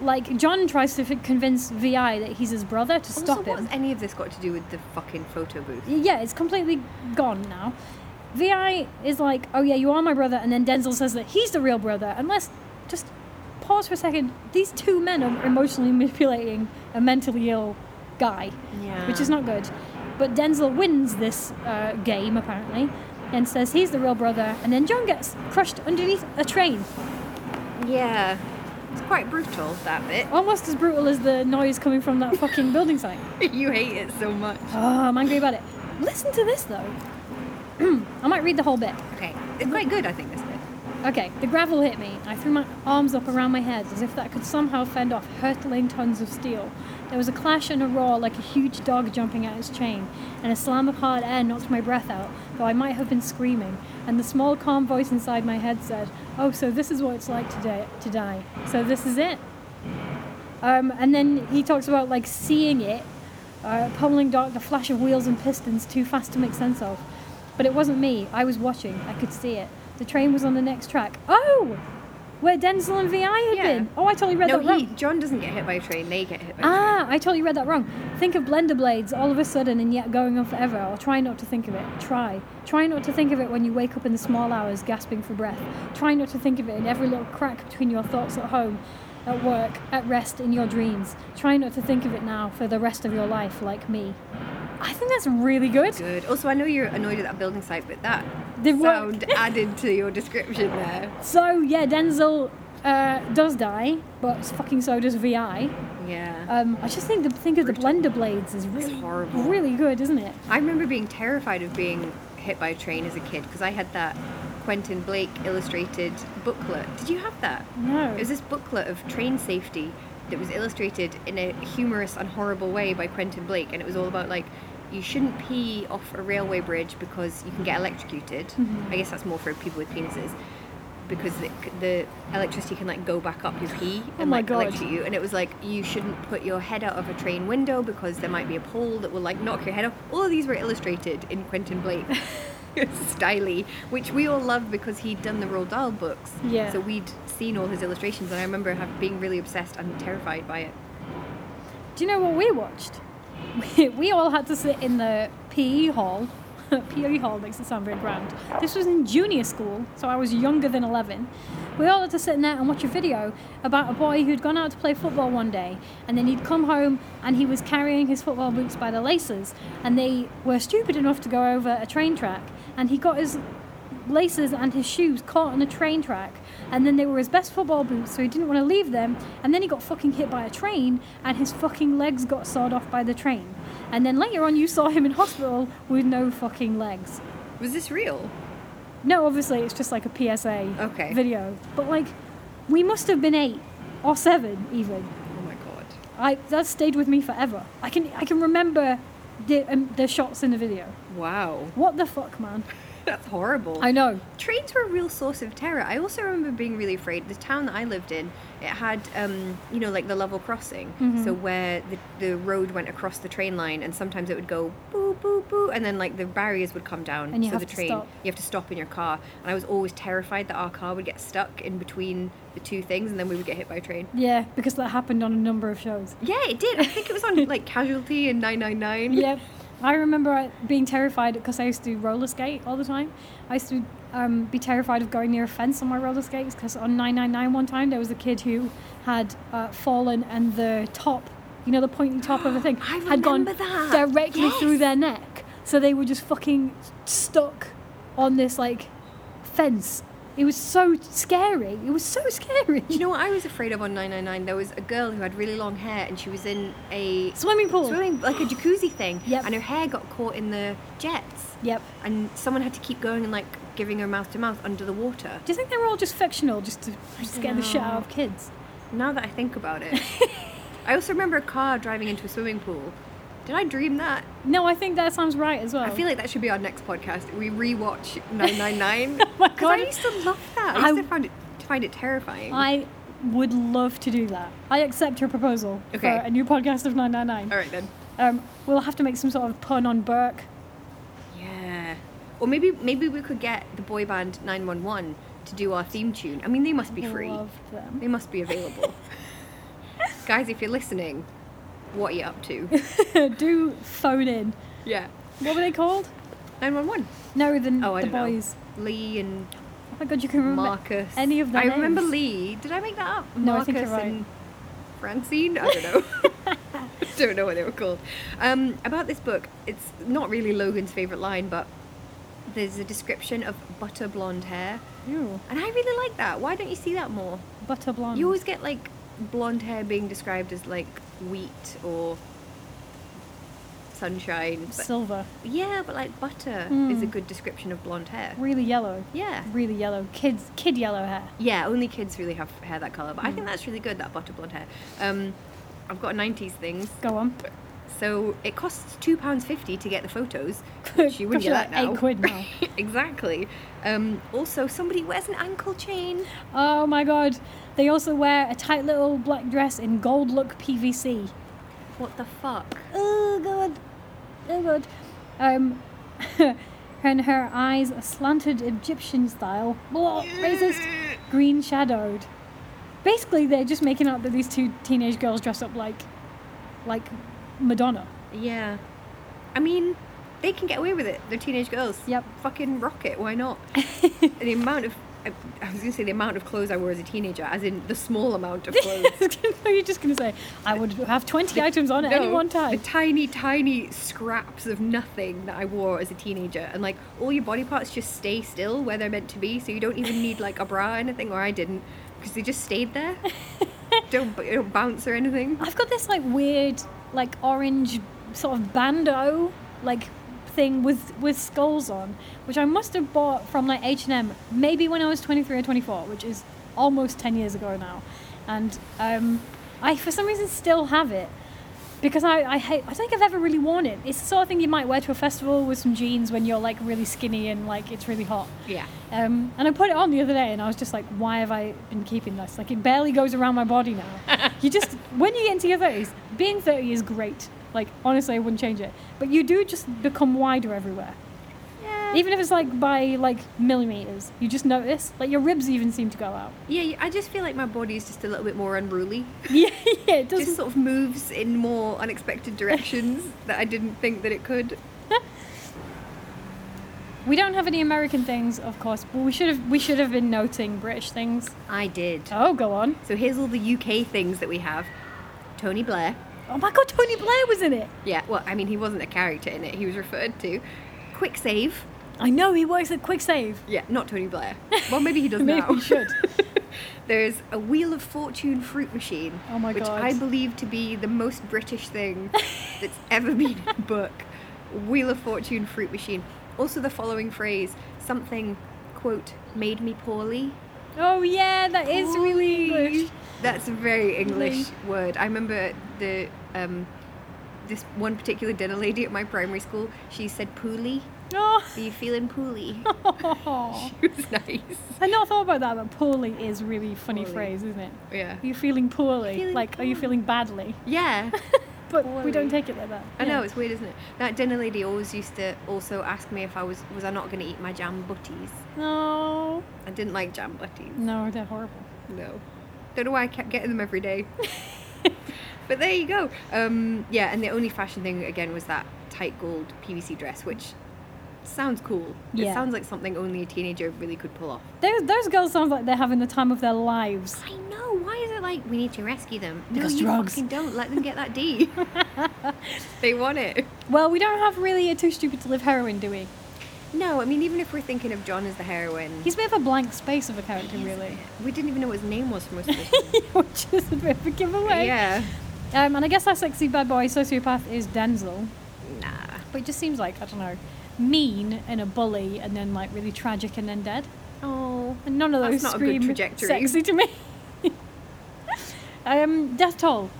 [SPEAKER 1] like John tries to f- convince Vi that he's his brother to stop
[SPEAKER 2] also,
[SPEAKER 1] him.
[SPEAKER 2] what's any of this got to do with the fucking photo booth?
[SPEAKER 1] Yeah, it's completely gone now. Vi is like, oh yeah, you are my brother, and then Denzel says that he's the real brother. And let's just pause for a second. These two men are emotionally manipulating a mentally ill guy,
[SPEAKER 2] Yeah.
[SPEAKER 1] which is not good. But Denzel wins this uh, game apparently, and says he's the real brother. And then John gets crushed underneath a train,
[SPEAKER 2] Yeah. It's quite brutal that bit.
[SPEAKER 1] almost as brutal as the noise coming from that fucking building site.
[SPEAKER 2] you hate it so much.
[SPEAKER 1] Oh, I'm angry about it. Listen to this though. I might read the whole bit.
[SPEAKER 2] Okay. It's quite good, I think, this bit.
[SPEAKER 1] Okay, the gravel hit me. I threw my arms up around my head as if that could somehow fend off hurtling tons of steel. There was a clash and a roar like a huge dog jumping at its chain, and a slam of hard air knocked my breath out, though I might have been screaming. And the small, calm voice inside my head said, "Oh, so this is what it's like to die. To die. So this is it." Um, and then he talks about like seeing it, uh, pummeling dark, the flash of wheels and pistons too fast to make sense of. But it wasn't me. I was watching. I could see it. The train was on the next track. Oh, where Denzel and Vi had
[SPEAKER 2] Yeah.
[SPEAKER 1] been. Oh, I totally read
[SPEAKER 2] No,
[SPEAKER 1] that wrong.
[SPEAKER 2] he, John doesn't get hit by a train, they get hit by a train.
[SPEAKER 1] Ah, I totally read that wrong. Think of blender blades all of a sudden and yet going on forever, or try not to think of it. Try. Try not to think of it when you wake up in the small hours gasping for breath. Try not to think of it in every little crack between your thoughts at home, at work, at rest, in your dreams. Try not to think of it now for the rest of your life, like me. I think that's really good.
[SPEAKER 2] Good. Also, I know you're annoyed at that building site, but that
[SPEAKER 1] The work-
[SPEAKER 2] sound added to your description there.
[SPEAKER 1] So, yeah, Denzel uh, does die, but fucking so does Vi.
[SPEAKER 2] Yeah.
[SPEAKER 1] Um, I just think the think of the
[SPEAKER 2] Brutal.
[SPEAKER 1] blender blades is really,
[SPEAKER 2] horrible.
[SPEAKER 1] really good, isn't it?
[SPEAKER 2] I remember being terrified of being hit by a train as a kid because I had that Quentin Blake illustrated booklet. Did you have that?
[SPEAKER 1] No.
[SPEAKER 2] It was this booklet of train safety that was illustrated in a humorous and horrible way by Quentin Blake, and it was all about like you shouldn't pee off a railway bridge because you can get electrocuted.
[SPEAKER 1] Mm-hmm.
[SPEAKER 2] I guess that's more for people with penises because the, the electricity can like go back up your pee and
[SPEAKER 1] Oh my
[SPEAKER 2] like
[SPEAKER 1] God.
[SPEAKER 2] electrocute you. And it was like you shouldn't put your head out of a train window because there might be a pole that will like knock your head off. All of these were illustrated in Quentin Blake. Styly, which we all loved because he'd done the Roald Dahl books.
[SPEAKER 1] Yeah.
[SPEAKER 2] So we'd seen all his illustrations, and I remember have, being really obsessed and terrified by it.
[SPEAKER 1] Do you know what we watched? We, we all had to sit in the PE hall. PE hall makes it sound very grand. This was in junior school, so I was younger than 11. We all had to sit in there and watch a video about a boy who'd gone out to play football one day, and then he'd come home and he was carrying his football boots by the laces, and they were stupid enough to go over a train track, and he got his laces and his shoes caught on a train track. And then they were his best football boots, so he didn't want to leave them. And then he got fucking hit by a train, and his fucking legs got sawed off by the train. And then later on, you saw him in hospital with no fucking legs.
[SPEAKER 2] Was this real?
[SPEAKER 1] No, obviously it's just like a PSA
[SPEAKER 2] Okay.
[SPEAKER 1] video. But like, we must have been eight or seven even.
[SPEAKER 2] Oh my god.
[SPEAKER 1] I that stayed with me forever. I can I can remember the um, the shots in the video.
[SPEAKER 2] Wow.
[SPEAKER 1] What the fuck, man?
[SPEAKER 2] That's horrible.
[SPEAKER 1] I know.
[SPEAKER 2] Trains were a real source of terror. I also remember being really afraid. The town that I lived in, it had, um, you know, like the level crossing. So
[SPEAKER 1] Mm-hmm.
[SPEAKER 2] where the, the road went across the train line, and sometimes it would go boo, boo, boo, and then like the barriers would come down.
[SPEAKER 1] And you
[SPEAKER 2] so
[SPEAKER 1] have
[SPEAKER 2] the
[SPEAKER 1] to
[SPEAKER 2] train,
[SPEAKER 1] stop.
[SPEAKER 2] you have to stop in your car. And I was always terrified that our car would get stuck in between the two things, and then we would get hit by a train.
[SPEAKER 1] Yeah, because that happened on a number of shows.
[SPEAKER 2] Yeah, it did. I think it was on like Casualty and 999.
[SPEAKER 1] yeah, I remember I- being terrified because I used to roller skate all the time. I used to um, be terrified of going near a fence on my roller skates because on 999 one time there was a kid who had uh, fallen and the top, you know, the pointy top of the thing
[SPEAKER 2] I
[SPEAKER 1] had gone
[SPEAKER 2] remember that.
[SPEAKER 1] directly through
[SPEAKER 2] Yes.
[SPEAKER 1] their neck. So they were just fucking stuck on this like fence. It was so scary. It was so scary.
[SPEAKER 2] Do you know what I was afraid of on 999? There was a girl who had really long hair, and she was in a
[SPEAKER 1] Swimming pool.
[SPEAKER 2] swimming like a jacuzzi thing
[SPEAKER 1] Yep.
[SPEAKER 2] and her hair got caught in the jets
[SPEAKER 1] Yep.
[SPEAKER 2] and someone had to keep going and like giving her mouth to mouth under the water
[SPEAKER 1] Do you think they were all just fictional, just to scare the shit
[SPEAKER 2] dunno.
[SPEAKER 1] out of kids?
[SPEAKER 2] now that i think about it i also remember a car driving into a swimming pool did i dream that
[SPEAKER 1] No, I think that sounds right as well.
[SPEAKER 2] i feel like that should be our next podcast we rewatch 999
[SPEAKER 1] Oh my
[SPEAKER 2] because i
[SPEAKER 1] God.
[SPEAKER 2] used to love that
[SPEAKER 1] I-
[SPEAKER 2] i used to find it find it terrifying
[SPEAKER 1] I would love to do that. I accept your proposal
[SPEAKER 2] Okay.
[SPEAKER 1] for a new podcast of 999.
[SPEAKER 2] all right then
[SPEAKER 1] Um, we'll have to make some sort of pun on Burke.
[SPEAKER 2] yeah or maybe maybe we could get the boy band 911 to do our theme tune i mean they must be free
[SPEAKER 1] Loved them.
[SPEAKER 2] They must be available. Guys, if you're listening, what are you up to?
[SPEAKER 1] do phone in.
[SPEAKER 2] yeah.
[SPEAKER 1] What were they called?
[SPEAKER 2] 911.
[SPEAKER 1] No, the,
[SPEAKER 2] Oh, I
[SPEAKER 1] the
[SPEAKER 2] don't
[SPEAKER 1] boys.
[SPEAKER 2] know. Lee and
[SPEAKER 1] Oh my god, you can remember
[SPEAKER 2] Marcus.
[SPEAKER 1] any of them.
[SPEAKER 2] I remember Lee. Did I make that up?
[SPEAKER 1] No, I
[SPEAKER 2] Marcus
[SPEAKER 1] think you're right.
[SPEAKER 2] and Francine? I don't know. don't know what they were called. Um, about this book, it's not really Logan's favourite line, but there's a description of butter blonde hair.
[SPEAKER 1] Ew,
[SPEAKER 2] And I really like that. Why don't you see that more?
[SPEAKER 1] butter blonde.
[SPEAKER 2] You always get like blonde hair being described as like wheat or sunshine. but-
[SPEAKER 1] silver.
[SPEAKER 2] yeah, but like butter
[SPEAKER 1] Hmm.
[SPEAKER 2] is a good description of blonde hair.
[SPEAKER 1] Really yellow.
[SPEAKER 2] Yeah.
[SPEAKER 1] Really yellow. Kids, kid yellow hair.
[SPEAKER 2] Yeah, only kids really have hair that colour, but
[SPEAKER 1] Hmm.
[SPEAKER 2] I think that's really good, that butter blonde hair. Um, I've got 90s things.
[SPEAKER 1] Go on.
[SPEAKER 2] So it costs £2.50 to get the photos. Which you wouldn't
[SPEAKER 1] Gosh,
[SPEAKER 2] get that
[SPEAKER 1] like
[SPEAKER 2] now.
[SPEAKER 1] Eight quid now.
[SPEAKER 2] exactly. Um, also, somebody wears an ankle chain.
[SPEAKER 1] Oh my god. They also wear a tight little black dress in gold look PVC.
[SPEAKER 2] What the fuck?
[SPEAKER 1] Oh god. Oh god. Um and her eyes are slanted Egyptian style. Blah, racist. Green shadowed. Basically they're just making out that these two teenage girls dress up like like Madonna.
[SPEAKER 2] Yeah. I mean, they can get away with it. They're teenage girls.
[SPEAKER 1] Yep.
[SPEAKER 2] Fucking rock it. Why not? the amount of. I, I was going to say the amount of clothes I wore as a teenager, as in the small amount of clothes.
[SPEAKER 1] no, you're just gonna say, I would have twenty items on at any
[SPEAKER 2] No,
[SPEAKER 1] one
[SPEAKER 2] The
[SPEAKER 1] time.
[SPEAKER 2] tiny, tiny scraps of nothing that I wore as a teenager. And like all your body parts just stay still where they're meant to be. So you don't even need like a bra or anything, or I didn't, because they just stayed there. don't, b- don't bounce or anything.
[SPEAKER 1] I've got this like weird, like orange sort of bandeau like thing with with skulls on, which I must have bought from like H and M maybe when I was 23 or 24, which is almost 10 years ago now, and um, I for some reason still have it. Because I, I hate, I don't think I've ever really worn it. It's the sort of thing you might wear to a festival with some jeans when you're like really skinny and like it's really hot.
[SPEAKER 2] Yeah.
[SPEAKER 1] Um, and I put it on the other day, and I was just like, "Why have I been keeping this? Like, it barely goes around my body now." you just, when you get into your thirties, being thirty is great. Like, honestly, I wouldn't change it. But you do just become wider everywhere,
[SPEAKER 2] Yeah.
[SPEAKER 1] even if it's like by like millimeters. You just notice, like your ribs even seem to go out.
[SPEAKER 2] yeah, I just feel like my body is just a little bit more unruly.
[SPEAKER 1] yeah, yeah, it doesn't.
[SPEAKER 2] just sort of moves in more unexpected directions that I didn't think that it could.
[SPEAKER 1] We don't have any American things, of course, but we should have we should have been noting British things.
[SPEAKER 2] I did.
[SPEAKER 1] Oh, go on.
[SPEAKER 2] So here's all the UK things that we have. Tony Blair.
[SPEAKER 1] Oh my God, Tony Blair was in it.
[SPEAKER 2] Yeah, well, I mean, he wasn't a character in it. He was referred to. Quick save.
[SPEAKER 1] I know he works at Quick Save.
[SPEAKER 2] Yeah, not Tony Blair. Well, maybe he does
[SPEAKER 1] Maybe
[SPEAKER 2] now.
[SPEAKER 1] he should.
[SPEAKER 2] There's a Wheel of Fortune fruit machine.
[SPEAKER 1] Oh my
[SPEAKER 2] which
[SPEAKER 1] God.
[SPEAKER 2] I believe to be the most British thing that's ever been in a book. Wheel of Fortune fruit machine. Also, the following phrase something quote made me poorly.
[SPEAKER 1] Oh yeah, that is really English.
[SPEAKER 2] That's a very English word. I remember the um, this one particular dinner lady at my primary school. She said "pooly."
[SPEAKER 1] Oh,
[SPEAKER 2] Are you feeling pooly? she was nice.
[SPEAKER 1] I never thought about that, but poorly is really funny
[SPEAKER 2] Poorly.
[SPEAKER 1] phrase, isn't it?
[SPEAKER 2] Yeah.
[SPEAKER 1] Are you feeling poorly?
[SPEAKER 2] Feeling
[SPEAKER 1] like, are you
[SPEAKER 2] poorly.
[SPEAKER 1] feeling badly?
[SPEAKER 2] Yeah.
[SPEAKER 1] But we
[SPEAKER 2] Poorly.
[SPEAKER 1] don't take it like that.
[SPEAKER 2] I
[SPEAKER 1] Yeah.
[SPEAKER 2] know it's weird, isn't it? That dinner lady always used to also ask me if I was was I not going to eat my jam butties.
[SPEAKER 1] No,
[SPEAKER 2] I didn't like jam butties.
[SPEAKER 1] Oh. no, they're horrible.
[SPEAKER 2] No. Don't know why I kept getting them every day. but there you go. Um, yeah, and the only fashion thing again was that tight gold PVC dress, which sounds cool.
[SPEAKER 1] Yeah.
[SPEAKER 2] It sounds like something only a teenager really could pull off.
[SPEAKER 1] Those, those girls sound like they're having the time of their lives.
[SPEAKER 2] I know. Why is it like we need to rescue them?
[SPEAKER 1] Because
[SPEAKER 2] no,
[SPEAKER 1] drugs.
[SPEAKER 2] you fucking don't. Let them get that D. they want it.
[SPEAKER 1] Well, we don't have really a too stupid to live heroine, do we?
[SPEAKER 2] No, I mean even if we're thinking of John as the heroine,
[SPEAKER 1] He's a bit of a blank space of a character,
[SPEAKER 2] he's-
[SPEAKER 1] really.
[SPEAKER 2] we didn't even know what his name was for most of this.
[SPEAKER 1] Which is a bit of a giveaway.
[SPEAKER 2] yeah.
[SPEAKER 1] Um, and I guess our sexy bad boy sociopath is Denzel.
[SPEAKER 2] Nah.
[SPEAKER 1] But it just seems like, I don't know, mean and a bully and then like really tragic and then dead.
[SPEAKER 2] Oh.
[SPEAKER 1] And none of those
[SPEAKER 2] That's not a good
[SPEAKER 1] scream
[SPEAKER 2] trajectory.
[SPEAKER 1] sexy to me. um, Death Toll.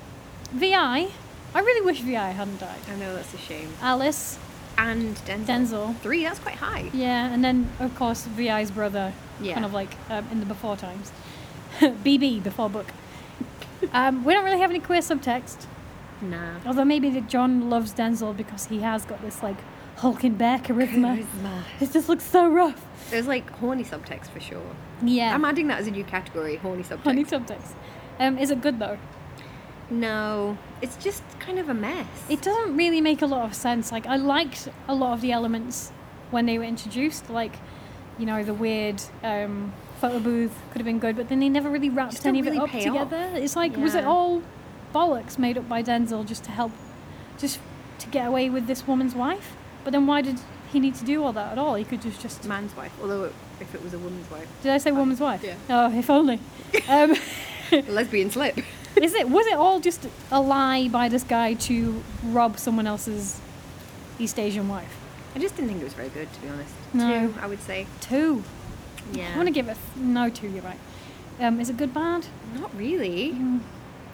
[SPEAKER 1] VI. I really wish VI hadn't died.
[SPEAKER 2] I know that's a shame.
[SPEAKER 1] Alice,
[SPEAKER 2] And Denzel.
[SPEAKER 1] Denzel.
[SPEAKER 2] Three. That's quite high.
[SPEAKER 1] Yeah, and then of course VI's brother,
[SPEAKER 2] Yeah.
[SPEAKER 1] kind of like um, in the before times. BB, before book. um, we don't really have any queer subtext,
[SPEAKER 2] Nah.
[SPEAKER 1] although maybe that John loves Denzel because he has got this like hulking bear charisma. This just looks so rough.
[SPEAKER 2] There's like horny subtext for sure.
[SPEAKER 1] Yeah.
[SPEAKER 2] I'm adding that as a new category, horny subtext.
[SPEAKER 1] Funny subtext. Um, is it good though?
[SPEAKER 2] no, it's just kind of a mess.
[SPEAKER 1] It doesn't really make a lot of sense. Like I liked a lot of the elements when they were introduced, like you know the weird um, photo booth could have been good, but then they never really wrapped
[SPEAKER 2] Just don't
[SPEAKER 1] any
[SPEAKER 2] really
[SPEAKER 1] of it up
[SPEAKER 2] pay
[SPEAKER 1] together. It's like was it
[SPEAKER 2] Yeah.
[SPEAKER 1] all bollocks made up by Denzel just to help, just to get away with this woman's wife? But then why did he need to do all that at all? He could just just
[SPEAKER 2] man's wife. Although it- if it was a woman's wife,
[SPEAKER 1] did I say woman's wife?
[SPEAKER 2] Yeah.
[SPEAKER 1] Oh, if only. Um,
[SPEAKER 2] lesbian slip.
[SPEAKER 1] is it was it all just a lie by this guy to rob someone else's East Asian wife?
[SPEAKER 2] I just didn't think it was very good, to be honest.
[SPEAKER 1] No.
[SPEAKER 2] Two, I would say.
[SPEAKER 1] Two.
[SPEAKER 2] Yeah.
[SPEAKER 1] I want to give it th- no two. You're right. Um, is it good bad?
[SPEAKER 2] Not really.
[SPEAKER 1] Mm.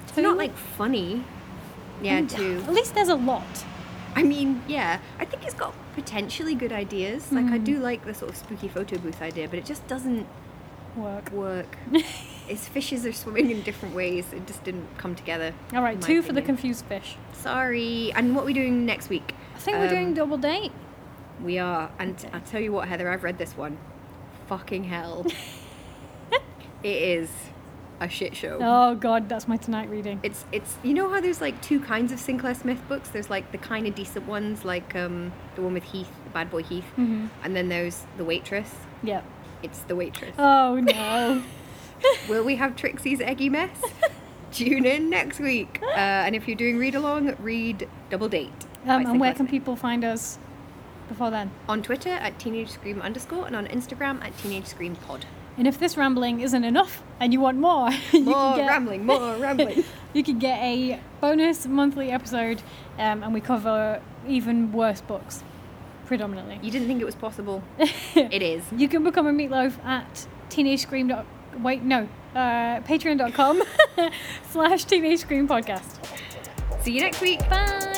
[SPEAKER 2] It's
[SPEAKER 1] Two?
[SPEAKER 2] not like funny. Yeah,
[SPEAKER 1] Mm,
[SPEAKER 2] two.
[SPEAKER 1] At least there's a lot.
[SPEAKER 2] I mean, yeah. I think it's got potentially good ideas. Like I
[SPEAKER 1] Mm.
[SPEAKER 2] do like the sort of spooky photo booth idea, but it just doesn't
[SPEAKER 1] Work.
[SPEAKER 2] work. His fishes are swimming in different ways. It just didn't come together.
[SPEAKER 1] All right,
[SPEAKER 2] in my
[SPEAKER 1] two for the
[SPEAKER 2] opinion.
[SPEAKER 1] confused fish.
[SPEAKER 2] Sorry. And what are we doing next week?
[SPEAKER 1] I think we're
[SPEAKER 2] Um,
[SPEAKER 1] doing double date.
[SPEAKER 2] We are. And
[SPEAKER 1] Okay.
[SPEAKER 2] I'll tell you what, Heather, I've read this one. Fucking hell. it is a shit show.
[SPEAKER 1] Oh God, that's my tonight reading.
[SPEAKER 2] It's it's you know how there's like two kinds of Sinclair Smith books. There's like the kind of decent ones, like um, the one with Heath, the bad boy Heath,
[SPEAKER 1] Mhm.
[SPEAKER 2] and then there's the waitress.
[SPEAKER 1] Yeah.
[SPEAKER 2] It's the waitress.
[SPEAKER 1] Oh no.
[SPEAKER 2] Will we have Trixie's eggy mess? Tune in next week. Uh, and if you're doing read along, read Double Date. by
[SPEAKER 1] Um, and where
[SPEAKER 2] Sinclair
[SPEAKER 1] can
[SPEAKER 2] Smith.
[SPEAKER 1] people find us before then?
[SPEAKER 2] on Twitter at teenage scream underscore and on Instagram at teenage scream pod.
[SPEAKER 1] And if this rambling isn't enough and you want more, you
[SPEAKER 2] More
[SPEAKER 1] can get,
[SPEAKER 2] rambling, more rambling.
[SPEAKER 1] you can get a bonus monthly episode, um, and we cover even worse books, predominantly.
[SPEAKER 2] You didn't think it was possible. it is.
[SPEAKER 1] You can become a meatloaf at teenagescream. dot- Wait, no, uh, patreon.com slash teenage scream podcast.
[SPEAKER 2] See you next week.
[SPEAKER 1] Bye.